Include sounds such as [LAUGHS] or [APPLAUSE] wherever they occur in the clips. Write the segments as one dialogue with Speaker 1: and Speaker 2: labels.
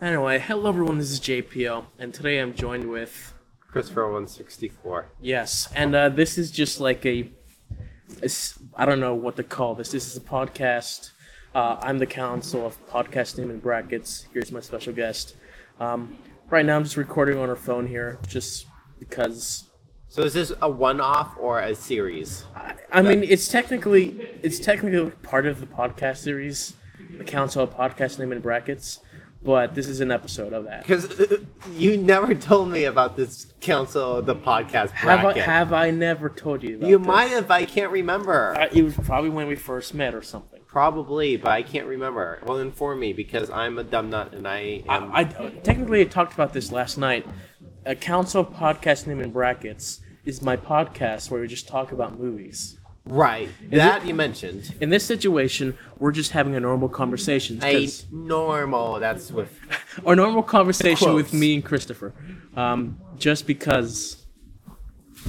Speaker 1: Anyway, hello everyone, this is JPO, and today I'm joined with
Speaker 2: Christopher 164.
Speaker 1: yes, and uh, this is just like a, a s- I don't know what to call this. This is a podcast. Uh, I'm the council of podcast name in brackets. Here's my special guest. Um, right now, I'm just recording on our phone here, just because.
Speaker 2: So is this a one-off or a series?
Speaker 1: I, I mean, it's technically it's technically part of the podcast series, the council of podcast name in brackets, but this is an episode of that.
Speaker 2: Because uh, you never told me about this council, the podcast bracket.
Speaker 1: Have I, have I never told you? About
Speaker 2: you
Speaker 1: this?
Speaker 2: might have. I can't remember.
Speaker 1: Uh, it was probably when we first met or something.
Speaker 2: Probably, but I can't remember. Well, inform me because I'm a dumb nut and I am.
Speaker 1: I, I technically I talked about this last night. A council podcast name in brackets is my podcast where we just talk about movies.
Speaker 2: right. That you mentioned.
Speaker 1: In this situation, we're just having a normal conversation.
Speaker 2: A
Speaker 1: 'cause-
Speaker 2: normal. That's with.
Speaker 1: Or normal conversation with
Speaker 2: Quotes.
Speaker 1: me and Christopher. Um, just because.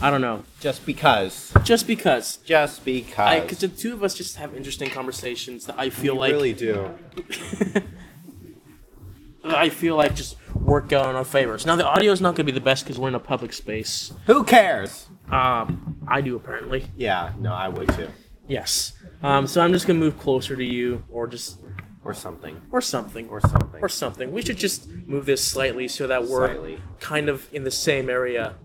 Speaker 1: I don't know.
Speaker 2: Just because.
Speaker 1: Just because.
Speaker 2: Just because.
Speaker 1: Because the two of us just have interesting conversations that I feel
Speaker 2: you
Speaker 1: like
Speaker 2: really do.
Speaker 1: I feel like just work out in our favors. Now the audio is not going to be the best because we're in a public space.
Speaker 2: Who cares?
Speaker 1: Um, I do apparently.
Speaker 2: Yeah. No, I would too.
Speaker 1: Yes. Um, so I'm just gonna move closer to you, or just
Speaker 2: Or something.
Speaker 1: or something,
Speaker 2: Or something.
Speaker 1: or something. We should just move this slightly so that we're
Speaker 2: Slightly.
Speaker 1: kind of in the same area.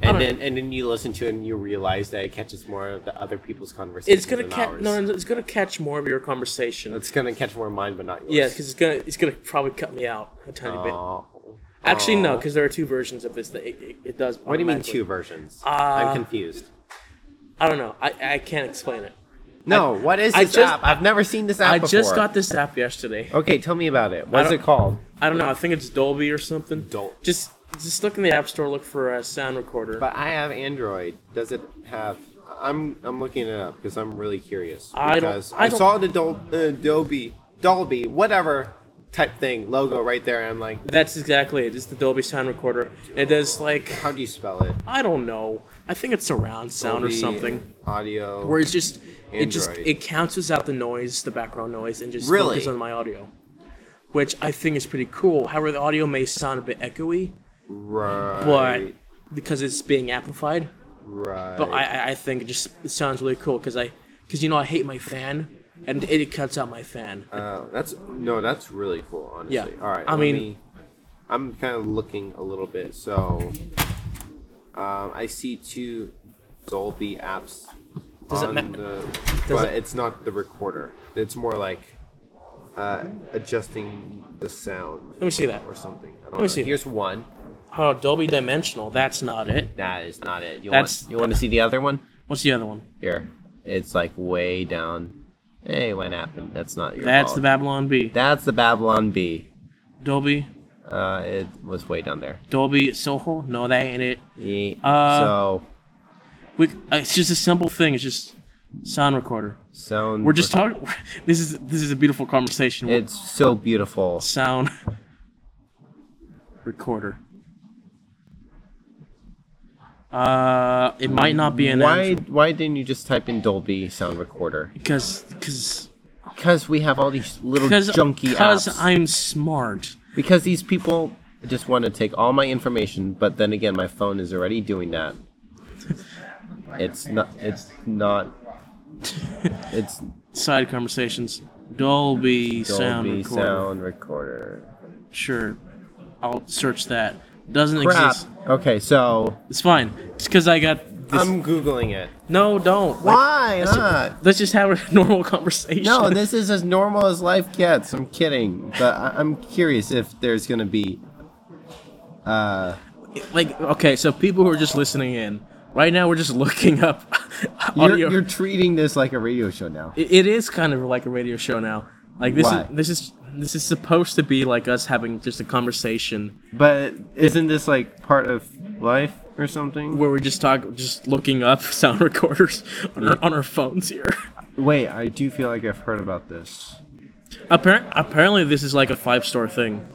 Speaker 2: and
Speaker 1: don't
Speaker 2: then and then you listen to it and you realize that it catches more of the other people's conversations.
Speaker 1: It's gonna
Speaker 2: than
Speaker 1: catch
Speaker 2: ours.
Speaker 1: no, no, it's gonna catch more of your conversation.
Speaker 2: It's gonna catch more of mine, but not yours.
Speaker 1: yeah, because it's gonna it's gonna probably cut me out a tiny bit.
Speaker 2: Oh.
Speaker 1: Actually, no,
Speaker 2: Aw.
Speaker 1: because there are two versions of this that it, it, it does.
Speaker 2: What do you mean two versions?
Speaker 1: Uh,
Speaker 2: I'm confused.
Speaker 1: I don't know. I, I can't explain it.
Speaker 2: No, what is
Speaker 1: I
Speaker 2: this
Speaker 1: just-
Speaker 2: app? I've never seen this app
Speaker 1: I
Speaker 2: before.
Speaker 1: just got this app yesterday.
Speaker 2: Okay, tell me about it. What's
Speaker 1: don't-
Speaker 2: it called?
Speaker 1: I don't know. I think it's Dolby or something.
Speaker 2: Dol-
Speaker 1: Just just look in the app store. Look for a sound recorder.
Speaker 2: But I have Android. Does it have? I'm I'm looking it up because I'm really curious.
Speaker 1: I don't-
Speaker 2: Because
Speaker 1: I don't-
Speaker 2: saw the Dol- uh, Dolby Dolby whatever type thing logo right there, and I'm like,
Speaker 1: That's exactly it. It's the Dolby sound recorder. It does like
Speaker 2: how do you spell it?
Speaker 1: I don't know. I think it's surround sound or
Speaker 2: Dolby
Speaker 1: something.
Speaker 2: Audio.
Speaker 1: Where it's just it just
Speaker 2: Android.
Speaker 1: it cancels out the noise, the background noise, and just
Speaker 2: Really?
Speaker 1: focuses on my audio. Which I think is pretty cool. However, the audio may sound a bit echoey,
Speaker 2: Right.
Speaker 1: but because it's being amplified.
Speaker 2: Right.
Speaker 1: But I I, I think it just it sounds really cool because I because you know I hate my fan and it, cuts out my fan.
Speaker 2: Uh, that's no, that's really cool. Honestly.
Speaker 1: Yeah.
Speaker 2: All right.
Speaker 1: I
Speaker 2: let
Speaker 1: mean-
Speaker 2: me- I'm kind of looking a little bit. So, um, I see two Dolby apps
Speaker 1: Does it
Speaker 2: on
Speaker 1: ma-
Speaker 2: the,
Speaker 1: does
Speaker 2: but
Speaker 1: it-
Speaker 2: it's not the recorder. It's more like uh, adjusting the sound
Speaker 1: Let me see that.
Speaker 2: or something. I don't
Speaker 1: me
Speaker 2: know.
Speaker 1: see that.
Speaker 2: Here's one.
Speaker 1: Oh, Dolby Dimensional. That's not it.
Speaker 2: That is not it. You
Speaker 1: That's-
Speaker 2: want you want to see the other one?
Speaker 1: What's the other one?
Speaker 2: Here, it's like way down. Hey, what happened? That's not your.
Speaker 1: That's the
Speaker 2: fault.
Speaker 1: Babylon B.
Speaker 2: That's the Babylon Bee.
Speaker 1: Dolby
Speaker 2: Uh, it was way down there.
Speaker 1: Dolby Soho? No, that ain't it.
Speaker 2: Yeah.
Speaker 1: Uh,
Speaker 2: so
Speaker 1: We, uh, it's just a simple thing. It's just sound recorder.
Speaker 2: sound.
Speaker 1: We're just talking. [LAUGHS] This is this is a beautiful conversation. with
Speaker 2: It's so beautiful.
Speaker 1: sound recorder. Uh, it might not be an
Speaker 2: Why? Why didn't you just type in Dolby sound recorder?
Speaker 1: because because
Speaker 2: Because we have all these little
Speaker 1: because
Speaker 2: junky apps.
Speaker 1: I'm smart.
Speaker 2: Because these people just want to take all my information, but then again, my phone is already
Speaker 1: [LAUGHS]
Speaker 2: doing that. It's not. It's not. It's
Speaker 1: Side conversations. Dolby, [LAUGHS] sound
Speaker 2: Dolby
Speaker 1: recorder.
Speaker 2: sound recorder.
Speaker 1: Sure, I'll search that. Doesn't
Speaker 2: Crap.
Speaker 1: exist.
Speaker 2: Okay, so
Speaker 1: It's fine. It's because I got this.
Speaker 2: I'm googling it.
Speaker 1: no, don't. Like,
Speaker 2: Why
Speaker 1: Let's ju-
Speaker 2: not?
Speaker 1: Let's just have a [LAUGHS] normal conversation.
Speaker 2: No, this is as normal as life gets. I'm kidding, but I- I'm curious if there's gonna be. Uh,
Speaker 1: [LAUGHS] like okay, so people who are just listening in right now, we're just looking up [LAUGHS]
Speaker 2: you're,
Speaker 1: audio.
Speaker 2: you're treating this like a radio show now.
Speaker 1: It- it is kind of like a radio show now. Like this
Speaker 2: Why?
Speaker 1: is this is this is supposed to be like us having just a conversation
Speaker 2: But isn't this like part of life or something?
Speaker 1: where we just talk, just looking up [LAUGHS] sound recorders on our on our phones here.
Speaker 2: Wait, I do feel like I've heard about this.
Speaker 1: Appar- apparently, this is like a five star thing,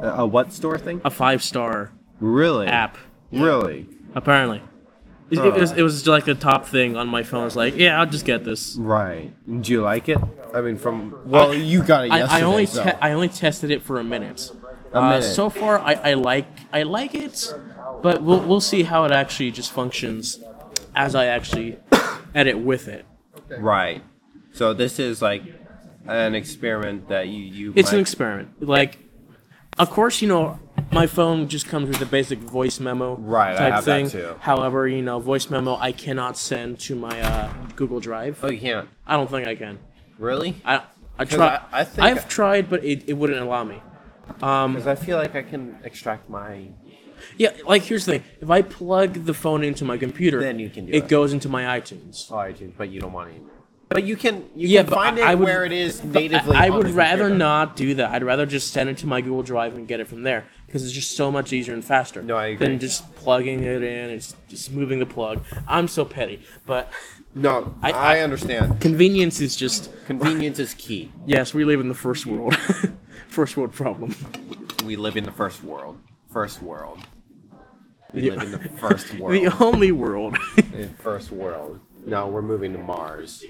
Speaker 2: A, a what store thing?
Speaker 1: a five star
Speaker 2: Really?
Speaker 1: app.
Speaker 2: Really?
Speaker 1: Apparently, It, it was it was like a top thing on my phone. It's like, yeah, I'll just get this.
Speaker 2: Right. Do you like it? I mean, from well, you got it
Speaker 1: I,
Speaker 2: yesterday.
Speaker 1: I only
Speaker 2: so.
Speaker 1: te- I only tested it for a minute.
Speaker 2: A
Speaker 1: uh,
Speaker 2: minute.
Speaker 1: So far, I, I like I like it, but we'll we'll see how it actually just functions as I actually [COUGHS] edit with it.
Speaker 2: right. So this is like an experiment that you you.
Speaker 1: It's an
Speaker 2: might-
Speaker 1: experiment. Like, of course, you know, my phone just comes with a basic voice memo
Speaker 2: Right, I
Speaker 1: type
Speaker 2: have that
Speaker 1: thing.
Speaker 2: too.
Speaker 1: However, you know, voice memo I cannot send to my uh, Google Drive.
Speaker 2: Oh, you can't
Speaker 1: I don't think I can.
Speaker 2: really.
Speaker 1: I I
Speaker 2: 'Cause
Speaker 1: try.
Speaker 2: I- I think-
Speaker 1: I've tried, but it, it wouldn't allow me. Um,
Speaker 2: Because I feel like I can extract my.
Speaker 1: Yeah, like here's the thing: if I plug the phone into my computer,
Speaker 2: Then you can do
Speaker 1: it,
Speaker 2: it.
Speaker 1: goes into my iTunes.
Speaker 2: Oh, iTunes, but you don't want it. But you can you
Speaker 1: Yeah,
Speaker 2: can
Speaker 1: but
Speaker 2: find
Speaker 1: I-
Speaker 2: it
Speaker 1: I would-
Speaker 2: where it is
Speaker 1: But I-
Speaker 2: natively.
Speaker 1: I,
Speaker 2: on
Speaker 1: would
Speaker 2: the
Speaker 1: rather
Speaker 2: computer.
Speaker 1: not do that. I'd rather just send it to my Google Drive and get it from there because it's just so much easier and faster.
Speaker 2: No, I agree.
Speaker 1: Than just plugging it in and just- just moving the plug. I'm so petty, but
Speaker 2: No, I,
Speaker 1: I-
Speaker 2: understand.
Speaker 1: convenience is just
Speaker 2: Convenience is key.
Speaker 1: yes. We live in the first world, [LAUGHS] first world problem.
Speaker 2: We live in the first world. First world. We
Speaker 1: Yeah.
Speaker 2: live in the first
Speaker 1: [LAUGHS]
Speaker 2: world.
Speaker 1: The only world.
Speaker 2: In first world. No, we're moving to Mars.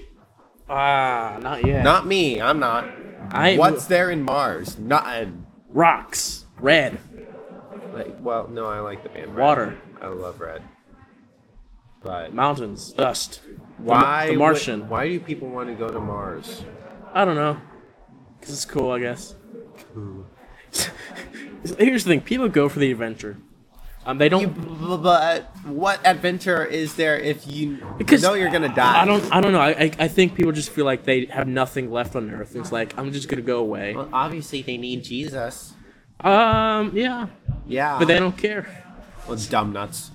Speaker 1: ah, not yet.
Speaker 2: Not me. I'm not.
Speaker 1: I
Speaker 2: What's there in Mars? Nothing.
Speaker 1: rocks red.
Speaker 2: Like, well, no, I like the band. Red.
Speaker 1: Water.
Speaker 2: I love Red. But
Speaker 1: mountains, dust. The Ma-
Speaker 2: why?
Speaker 1: The,
Speaker 2: would-
Speaker 1: Martian.
Speaker 2: why do people want to go to Mars?
Speaker 1: I don't know. Because it's cool, I guess.
Speaker 2: Hmm.
Speaker 1: [LAUGHS] Here's the thing people go for the adventure. Um, they don't.
Speaker 2: You- but what adventure is there if you
Speaker 1: Because-
Speaker 2: know you're gonna die?
Speaker 1: I don't. I don't know. I, I, I think people just feel like they have nothing left on Earth. It's like I'm just gonna go away.
Speaker 2: Well, obviously they need Jesus.
Speaker 1: Um, yeah,
Speaker 2: Yeah.
Speaker 1: but they don't care.
Speaker 2: well, dumb nuts.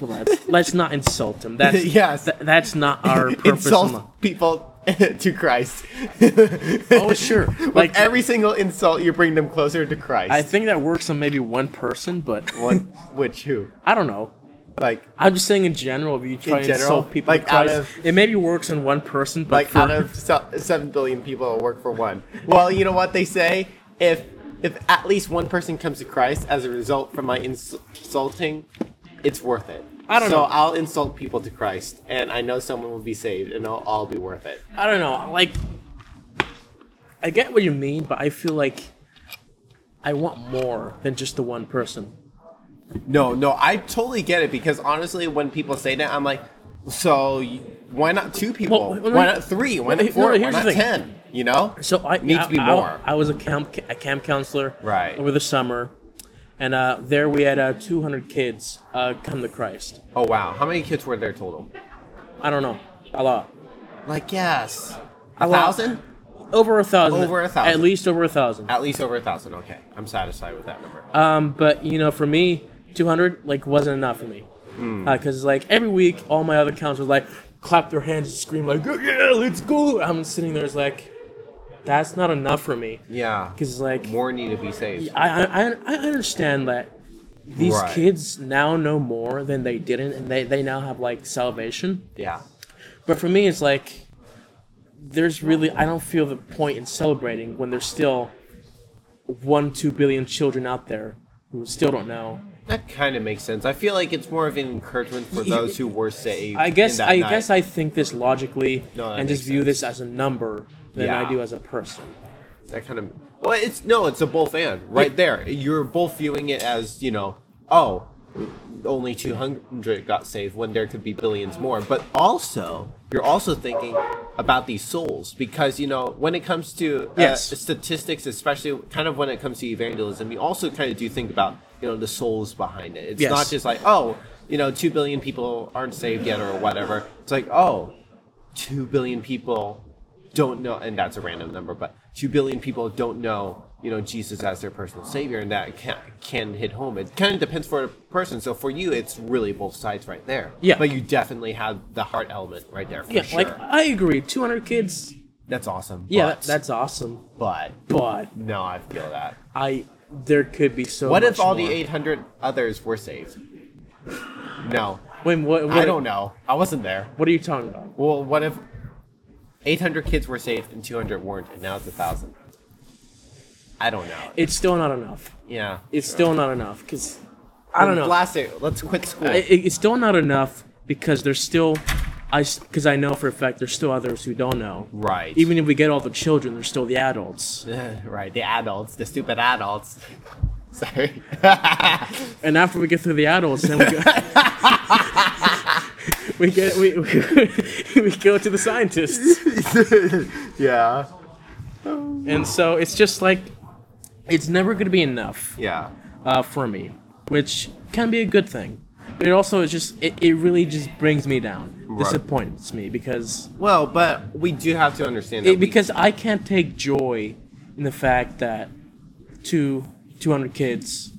Speaker 1: Well, Let's, let's not insult them. That's
Speaker 2: [LAUGHS] Yes.
Speaker 1: th- that's not
Speaker 2: [LAUGHS]
Speaker 1: our purpose. in life.
Speaker 2: Insult people [LAUGHS] to Christ.
Speaker 1: Oh
Speaker 2: [LAUGHS]
Speaker 1: sure.
Speaker 2: Like
Speaker 1: Like
Speaker 2: every single insult, you bring them closer to Christ.
Speaker 1: I think that works on maybe one person, but
Speaker 2: One, which who?
Speaker 1: I don't know.
Speaker 2: Like,
Speaker 1: I'm just saying in general, if you try to
Speaker 2: general?
Speaker 1: insult people,
Speaker 2: Like,
Speaker 1: with Christ,
Speaker 2: out of-
Speaker 1: it maybe works on one person, but
Speaker 2: like
Speaker 1: for,
Speaker 2: out of se- seven billion people, it'll work for one. Well, you know what they say? If if at least one person comes to Christ as a result from my ins- insulting, it's worth it.
Speaker 1: I don't
Speaker 2: so
Speaker 1: know.
Speaker 2: I'll insult people to Christ, and I know someone will be saved, and it'll all be worth it.
Speaker 1: I don't know, like I get what you mean, but I feel like I want more than just the one person.
Speaker 2: No, no, I totally get it because honestly, when people say that, I'm like, so y- why not two people?
Speaker 1: Well, wait, wait.
Speaker 2: why not three? Why
Speaker 1: Wait,
Speaker 2: not
Speaker 1: no,
Speaker 2: four? why
Speaker 1: here's the
Speaker 2: not
Speaker 1: thing.
Speaker 2: ten? You know,
Speaker 1: So I
Speaker 2: needs
Speaker 1: I-
Speaker 2: to be
Speaker 1: I-
Speaker 2: more.
Speaker 1: I was a camp a camp counselor
Speaker 2: Right.
Speaker 1: over the summer, and uh, there we had uh, 200 kids uh, come to Christ.
Speaker 2: oh wow, how many kids were there total?
Speaker 1: I don't know, a lot,
Speaker 2: Like yes,
Speaker 1: A
Speaker 2: a
Speaker 1: lot.
Speaker 2: thousand.
Speaker 1: over a thousand,
Speaker 2: Over a thousand.
Speaker 1: at least over a thousand.
Speaker 2: At least over a thousand. Okay, I'm satisfied with that number.
Speaker 1: Um, but you know, for me, 200 like wasn't enough for me
Speaker 2: Hmm.
Speaker 1: because like every week, all my other counts were like clap their hands and scream like yeah, let's go. I'm sitting there, it's like that's not enough for me
Speaker 2: yeah,
Speaker 1: because like
Speaker 2: more need to be saved.
Speaker 1: I, I I- I understand that these
Speaker 2: Right.
Speaker 1: kids now know more than they didn't, and they they now have like salvation.
Speaker 2: Yeah,
Speaker 1: But for me, it's like there's really I don't feel the point in celebrating when there's still one two billion children out there who still don't know.
Speaker 2: that kind of makes sense. I feel like it's more of an encouragement for
Speaker 1: Yeah.
Speaker 2: those who were saved.
Speaker 1: I guess
Speaker 2: in that
Speaker 1: I
Speaker 2: night.
Speaker 1: guess I think this logically
Speaker 2: No, that
Speaker 1: and just
Speaker 2: makes
Speaker 1: view this as a number than I
Speaker 2: Yeah.
Speaker 1: do as a person.
Speaker 2: that kind of well it's no it's a both and right there you're both viewing it as you know oh only 200 got saved when there could be billions more but also you're also thinking about these souls because you know when it comes to uh,
Speaker 1: Yes.
Speaker 2: statistics especially kind of when it comes to evangelism you also kind of do think about you know the souls behind it it's
Speaker 1: Yes.
Speaker 2: not just like oh you know 2 billion people aren't saved yet or whatever it's like oh 2 billion people don't know and that's a random number but 2 billion people don't know you know jesus as their personal savior and that can, can hit home it kind of depends for a person so for you it's really both sides right there
Speaker 1: Yeah.
Speaker 2: but you definitely have the heart element right there for
Speaker 1: Yeah,
Speaker 2: sure
Speaker 1: like I agree. Two hundred kids.
Speaker 2: that's awesome
Speaker 1: Yeah,
Speaker 2: but,
Speaker 1: that, that's awesome.
Speaker 2: but
Speaker 1: But
Speaker 2: no i feel that
Speaker 1: I there could be so.
Speaker 2: what if
Speaker 1: much
Speaker 2: all
Speaker 1: more.
Speaker 2: the 800 others were saved no
Speaker 1: Wait, what, what?
Speaker 2: i don't know i wasn't there
Speaker 1: What are you talking about?
Speaker 2: well what if 800 kids were saved and 200 weren't and now it's a thousand i don't know
Speaker 1: It's still not enough.
Speaker 2: Yeah.
Speaker 1: It's still not enough because I don't know.
Speaker 2: Blast it. Let's quit school.
Speaker 1: I- it- it's still not enough because there's still, I because I know for a fact there's still others who don't know.
Speaker 2: Right.
Speaker 1: Even if we get all the children, there's still the adults.
Speaker 2: [LAUGHS] right. The adults, the stupid adults. [LAUGHS] Sorry.
Speaker 1: And after we get through the adults, then we go. [LAUGHS] we get we, we [LAUGHS] we go to the scientists.
Speaker 2: yeah.
Speaker 1: And so it's just like, it's never going to be enough
Speaker 2: Yeah.
Speaker 1: uh, for me, which can be a good thing. But it also is just, it, it really just brings me down,
Speaker 2: Right.
Speaker 1: disappoints me because
Speaker 2: Well, but we do have to understand that
Speaker 1: it,
Speaker 2: we-
Speaker 1: because I can't take joy in the fact that two 200 kids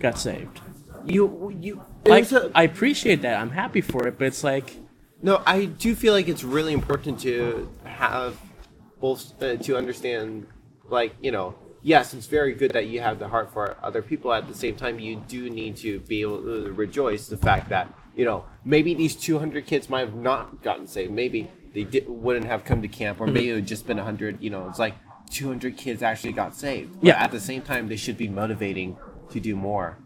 Speaker 1: got saved.
Speaker 2: you you
Speaker 1: Like,
Speaker 2: also-
Speaker 1: I appreciate that. I'm happy for it, but it's like,
Speaker 2: No, I do feel like it's really important to have both uh, to understand, like you know, yes, it's very good that you have the heart for other people. At the same time, you do need to be able to rejoice the fact that you know maybe these two hundred kids might have not gotten saved. Maybe they di wouldn't have come to camp, or maybe it would just been hundred. You know, it's like two hundred kids actually got saved. But
Speaker 1: Yeah.
Speaker 2: At the same time, they should be motivating to do more.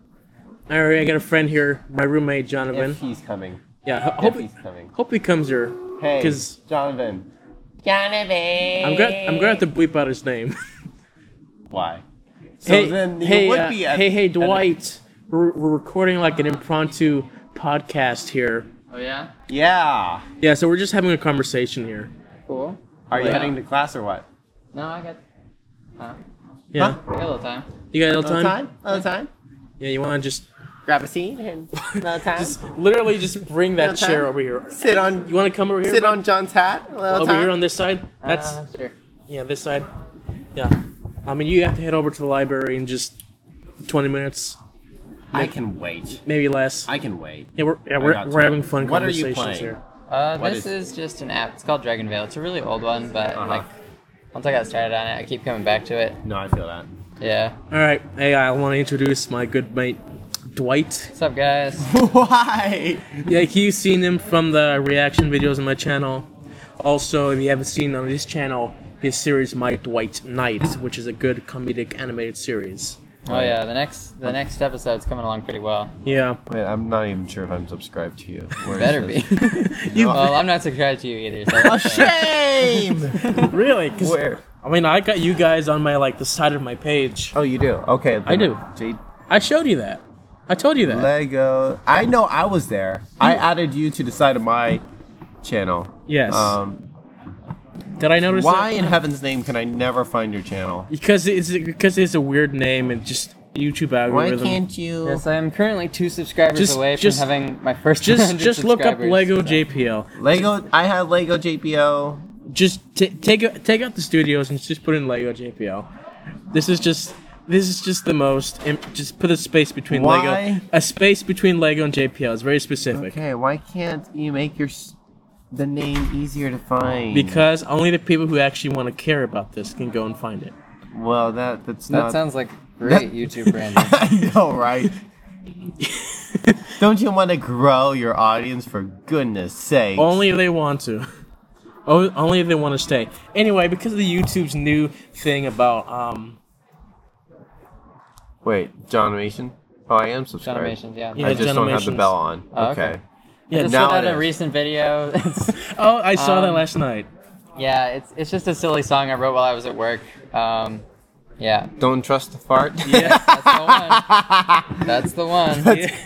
Speaker 1: I already got a friend here, my roommate,
Speaker 2: If
Speaker 1: Jonathan.
Speaker 2: he's coming,
Speaker 1: Yeah, ho- hope,
Speaker 2: if he's coming.
Speaker 1: hope he comes here.
Speaker 2: Hey,
Speaker 1: Because
Speaker 2: Jonathan,
Speaker 3: Donovan.
Speaker 1: I'm going I'm to have to bleep out his name. [LAUGHS]
Speaker 2: why? So
Speaker 1: hey,
Speaker 2: then you
Speaker 1: hey,
Speaker 2: would
Speaker 1: uh,
Speaker 2: be at,
Speaker 1: hey, hey,
Speaker 2: at a-
Speaker 1: Dwight. We're, we're recording like an impromptu podcast here.
Speaker 3: Oh yeah.
Speaker 2: yeah.
Speaker 1: Yeah, so we're just having a conversation here.
Speaker 3: Cool.
Speaker 2: Are you
Speaker 3: Yeah.
Speaker 2: heading to class or what?
Speaker 3: No, I got. Huh?
Speaker 1: Yeah,
Speaker 2: Huh?
Speaker 3: I got a little time.
Speaker 1: you got all time?
Speaker 2: Another time?
Speaker 1: Yeah, you want to just
Speaker 2: Grab a seat and
Speaker 1: [LAUGHS]
Speaker 2: another [LAUGHS] time.
Speaker 1: just literally just bring that
Speaker 2: Little time?
Speaker 1: chair over here.
Speaker 2: sit on
Speaker 1: You want to come over here?
Speaker 2: sit
Speaker 1: bud?
Speaker 2: on John's hat. Another
Speaker 1: over
Speaker 2: time.
Speaker 1: here on this side. That's
Speaker 3: Uh, sure.
Speaker 1: yeah, this side. Yeah, I mean you have to head over to the library in just 20 minutes,
Speaker 2: I can wait.
Speaker 1: maybe less.
Speaker 2: I can wait.
Speaker 1: yeah, we're yeah,
Speaker 2: I
Speaker 1: we're,
Speaker 2: got
Speaker 1: we're
Speaker 2: you.
Speaker 1: having fun
Speaker 2: What are you
Speaker 1: conversations
Speaker 2: playing?
Speaker 1: here.
Speaker 3: Uh,
Speaker 2: What
Speaker 3: this
Speaker 2: is-
Speaker 3: is just an app. It's called Dragon Veil. It's a really old one, but
Speaker 2: Uh-huh.
Speaker 3: like once I got started on it, I keep coming back to it.
Speaker 2: No, I feel that.
Speaker 3: Yeah.
Speaker 1: All right, hey, I want to introduce my good mate Dwight.
Speaker 3: What's up,
Speaker 1: [LAUGHS]
Speaker 3: guys?
Speaker 2: [LAUGHS] Why?
Speaker 1: Yeah, you've seen him from the reaction videos on my channel. Also, if you haven't seen on this channel, his series My Dwight Knight, which is a good comedic animated series.
Speaker 3: Oh yeah. The next the next episode's coming along pretty well.
Speaker 1: [LAUGHS] Yeah,
Speaker 2: Wait, I'm not even sure if I'm subscribed to you. Where is
Speaker 3: Better be.
Speaker 2: this?
Speaker 1: you
Speaker 3: [LAUGHS] well, I'm not subscribed to you either.
Speaker 1: [LAUGHS] Oh,
Speaker 3: So that's fine.
Speaker 2: [LAUGHS] Shame.
Speaker 1: really? 'Cause-
Speaker 2: [LAUGHS] Where?
Speaker 1: I mean, I got you guys on my like the side of my page.
Speaker 2: Oh, you do. Okay.
Speaker 1: I do.
Speaker 2: J-
Speaker 1: I showed you that. I told you that.
Speaker 2: Lego. I know I was there. I added you to the side of my channel.
Speaker 1: Yes.
Speaker 2: Um,
Speaker 1: Did I notice?
Speaker 2: why
Speaker 1: that?
Speaker 2: in heaven's name can I never find your channel?
Speaker 1: Because it's because it's a weird name and just YouTube
Speaker 2: Why
Speaker 1: algorithm.
Speaker 2: can't you?
Speaker 3: Yes, I am currently two subscribers
Speaker 1: Just-
Speaker 3: away from
Speaker 1: just-
Speaker 3: having my first.
Speaker 1: just
Speaker 2: [LAUGHS]
Speaker 3: 100
Speaker 1: just look up
Speaker 3: subscribers.
Speaker 1: Lego JPL.
Speaker 2: Lego. I had Lego JPO.
Speaker 1: just t- take out- take out the studios and just put in Lego JPL. This is just this is just the most. im- Just put a space between
Speaker 2: Why?
Speaker 1: Lego, a space between Lego and JPL. It's very specific
Speaker 2: Okay, why can't you make your s- the name easier to find?
Speaker 1: because only the people who actually want to care about this can go and find it.
Speaker 2: well, that that's
Speaker 3: That
Speaker 2: not.
Speaker 3: sounds like great YouTube branding.
Speaker 2: [LAUGHS]
Speaker 1: [LAUGHS]
Speaker 2: I know, right? Don't you want to grow your audience for goodness' sake?
Speaker 1: Only if they want to. O- Only if they want to stay. Anyway, because of the YouTube's new thing about um
Speaker 2: Wait, Johnimation. Oh, I am subscribed.
Speaker 3: Animations, yeah.
Speaker 1: Yeah.
Speaker 2: I just don't have the
Speaker 1: Generations.
Speaker 2: bell on.
Speaker 3: Oh,
Speaker 2: okay.
Speaker 3: okay.
Speaker 1: yeah
Speaker 3: Just
Speaker 2: now
Speaker 3: out
Speaker 2: it
Speaker 3: a
Speaker 2: is.
Speaker 3: recent video. [LAUGHS]
Speaker 1: oh I saw that
Speaker 3: um,
Speaker 1: last
Speaker 2: [LAUGHS]
Speaker 1: night.
Speaker 3: yeah, it's it's just a silly song I wrote while I was at work. Um, yeah,
Speaker 2: Don't trust the fart.
Speaker 1: Yeah.
Speaker 3: that's the
Speaker 2: [LAUGHS]
Speaker 3: one. That's the one.
Speaker 1: yeah.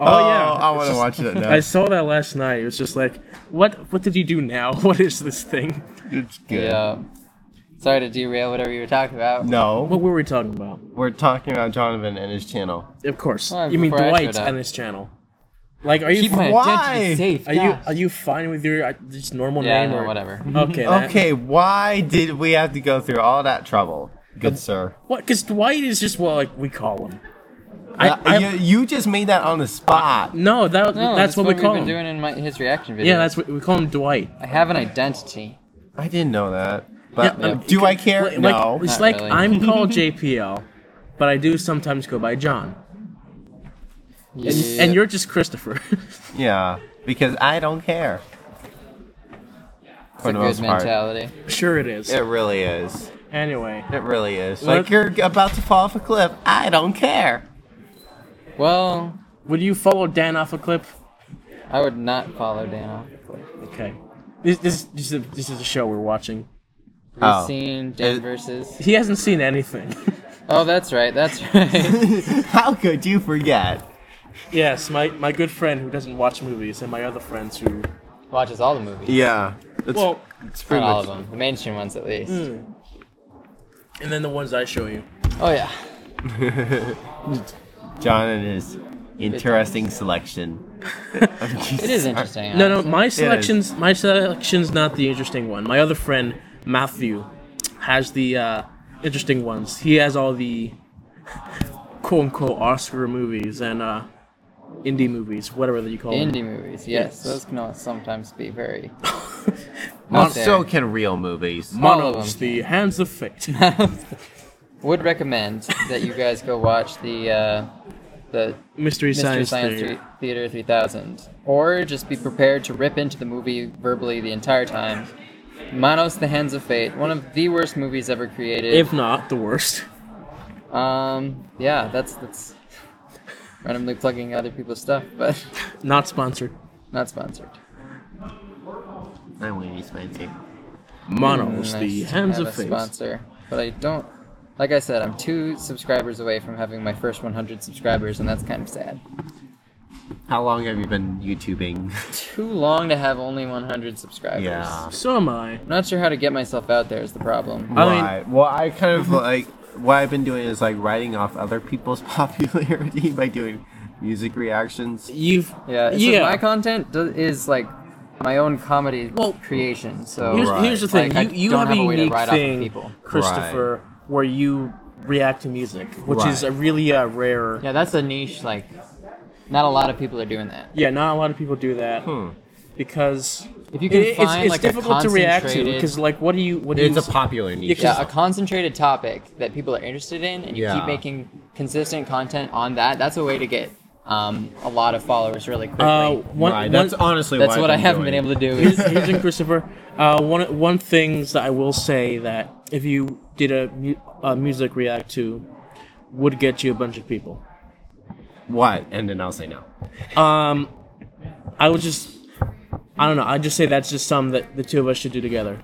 Speaker 2: Oh,
Speaker 1: Oh yeah.
Speaker 2: I
Speaker 1: It's
Speaker 2: want to
Speaker 1: just-
Speaker 2: watch it
Speaker 1: I
Speaker 2: now.
Speaker 1: saw that last night. It was just like, what? What did you do now? [LAUGHS] What is this thing?
Speaker 2: it's good.
Speaker 3: Yeah. Sorry to derail whatever you were talking about.
Speaker 1: What
Speaker 2: No,
Speaker 1: were we talking about?
Speaker 2: we're talking about Donovan and his channel.
Speaker 1: Of course,
Speaker 3: Well,
Speaker 1: you mean
Speaker 3: before I
Speaker 1: Dwight
Speaker 3: showed up.
Speaker 1: and his channel. Like, are you
Speaker 3: Keep my
Speaker 2: Why?
Speaker 3: identity safe.
Speaker 1: are you
Speaker 3: gosh.
Speaker 1: are you Mm-hmm. fine with your uh, just normal
Speaker 3: yeah,
Speaker 1: name
Speaker 3: no,
Speaker 1: or
Speaker 3: whatever.
Speaker 1: Okay. that-
Speaker 2: Okay, why did we have to go through all that trouble, good sir?
Speaker 1: What? Because Dwight is just what like we call him. I,
Speaker 2: Uh,
Speaker 1: I-
Speaker 2: you, you just made that on the spot.
Speaker 1: no, that
Speaker 3: No,
Speaker 1: that's what we
Speaker 3: have
Speaker 1: call
Speaker 3: been
Speaker 1: him.
Speaker 3: doing in my, his reaction video.
Speaker 1: yeah, that's what we call him, Dwight.
Speaker 3: I have an identity.
Speaker 2: I didn't know that. But
Speaker 1: Yeah,
Speaker 2: um, do I care?
Speaker 1: Like,
Speaker 2: no.
Speaker 1: It's
Speaker 3: Uh, Not
Speaker 1: like
Speaker 3: really.
Speaker 1: I'm
Speaker 3: [LAUGHS]
Speaker 1: called JPL, but I do sometimes go by John, and,
Speaker 3: Yeah.
Speaker 1: and you're just Christopher. [LAUGHS]
Speaker 2: yeah, because I don't care.
Speaker 3: It's
Speaker 2: for
Speaker 3: a
Speaker 2: the
Speaker 3: good
Speaker 2: most part.
Speaker 3: mentality.
Speaker 1: sure, it is.
Speaker 2: It really is.
Speaker 1: Anyway.
Speaker 2: It really is.
Speaker 1: What-
Speaker 2: Like you're about to fall off a cliff. I don't care.
Speaker 3: Well,
Speaker 1: Would you follow Dan off a cliff?
Speaker 3: I would not follow Dan Ock.
Speaker 1: Okay. This this this is a, this is a show we're watching.
Speaker 3: We've
Speaker 2: Oh.
Speaker 3: seen Dan
Speaker 2: It-
Speaker 3: versus.
Speaker 1: He hasn't seen anything. [LAUGHS]
Speaker 3: Oh, that's right. That's [LAUGHS] right.
Speaker 2: [LAUGHS] How could you forget?
Speaker 1: yes, my my good friend who doesn't watch movies and my other friends who
Speaker 3: Watches all the movies.
Speaker 2: Yeah. That's,
Speaker 1: well,
Speaker 2: it's
Speaker 3: Not
Speaker 2: pretty
Speaker 3: all
Speaker 2: much.
Speaker 3: of them. The mainstream ones, at least.
Speaker 1: Mm. and then the ones I show you.
Speaker 3: Oh yeah.
Speaker 2: John and his interesting
Speaker 3: [LAUGHS]
Speaker 2: selection.
Speaker 3: It is interesting.
Speaker 1: No, no, my
Speaker 2: is.
Speaker 1: selection's my selection's not the interesting one. My other friend Matthew has the uh, interesting ones. He has all the [LAUGHS] quote unquote Oscar movies and uh, indie movies, whatever that you call them.
Speaker 3: Indie movies,
Speaker 1: Yes.
Speaker 3: yes, those can all sometimes
Speaker 1: [LAUGHS]
Speaker 3: be very.
Speaker 2: Well,
Speaker 3: out there.
Speaker 2: so can real movies.
Speaker 3: all of
Speaker 1: Monos,
Speaker 3: them.
Speaker 1: the Hands of Fate. [LAUGHS]
Speaker 3: [LAUGHS] Would recommend that you guys go watch the uh, the
Speaker 1: Mystery,
Speaker 3: Mystery
Speaker 1: Science,
Speaker 3: Science
Speaker 1: Theater.
Speaker 3: Thre- Theater 3000, or just be prepared to rip into the movie verbally the entire time. Manos: The Hands of Fate, one of the worst movies ever created.
Speaker 1: If not the worst.
Speaker 3: um, yeah, that's that's [LAUGHS] randomly plugging other people's stuff, but [LAUGHS]
Speaker 1: Not sponsored.
Speaker 3: not sponsored.
Speaker 2: I want to be spicy.
Speaker 1: Monos,
Speaker 3: Nice
Speaker 1: the
Speaker 3: to
Speaker 1: Hands
Speaker 3: Mm,
Speaker 1: of
Speaker 3: have a
Speaker 1: Fate.
Speaker 3: sponsor, but I don't. Like I said, I'm two subscribers away from having my first 100 subscribers, and that's kind of sad.
Speaker 2: How long have you been YouTubing?
Speaker 3: Too long to have only 100
Speaker 2: [LAUGHS]
Speaker 3: subscribers.
Speaker 2: yeah.
Speaker 1: So am I.
Speaker 3: I'm not sure how to get myself out there is the problem.
Speaker 1: I mean-
Speaker 2: Right. well, I kind of like what I've been doing is like writing off other people's [LAUGHS] popularity by doing music reactions.
Speaker 1: You've
Speaker 3: Yeah, it's just
Speaker 1: yeah.
Speaker 3: my content do- is like my own comedy
Speaker 1: Well,
Speaker 3: creation. So
Speaker 1: Here's,
Speaker 2: Right.
Speaker 1: here's the thing.
Speaker 3: Like, I
Speaker 1: you you
Speaker 3: don't
Speaker 1: have,
Speaker 3: have
Speaker 1: a
Speaker 3: a way to
Speaker 1: unique
Speaker 3: ride off of
Speaker 1: thing,
Speaker 3: people.
Speaker 1: Christopher, where you react to music, which is
Speaker 2: Right.
Speaker 1: a really uh, rare. Yeah.
Speaker 3: yeah, that's a niche. Like, not a lot of people are doing that.
Speaker 1: not a lot of people do that because
Speaker 3: Hmm. If you can
Speaker 1: it- it's,
Speaker 3: find,
Speaker 1: it's
Speaker 3: like, a
Speaker 1: difficult to react to
Speaker 3: concentrated-
Speaker 1: because like what do you what do
Speaker 2: It's
Speaker 1: you uh,
Speaker 2: a popular niche.
Speaker 1: Yeah,
Speaker 3: Yeah, a concentrated topic that people are interested in, and you
Speaker 2: Yeah.
Speaker 3: keep making consistent content on that. That's a way to get um, a lot of followers really quickly.
Speaker 1: uh, one,
Speaker 2: right.
Speaker 1: one,
Speaker 2: That's honestly
Speaker 3: that's
Speaker 2: what,
Speaker 3: what I
Speaker 2: I've
Speaker 3: haven't been able to do. Is,
Speaker 1: Here's in Christopher. Uh, one one things that I will say that if you did a, mu- a music react to would get you a bunch of people.
Speaker 2: do. What? And then I'll say no.
Speaker 1: Um, I would just I don't know. I'd just say that's just some that the two of us should do together.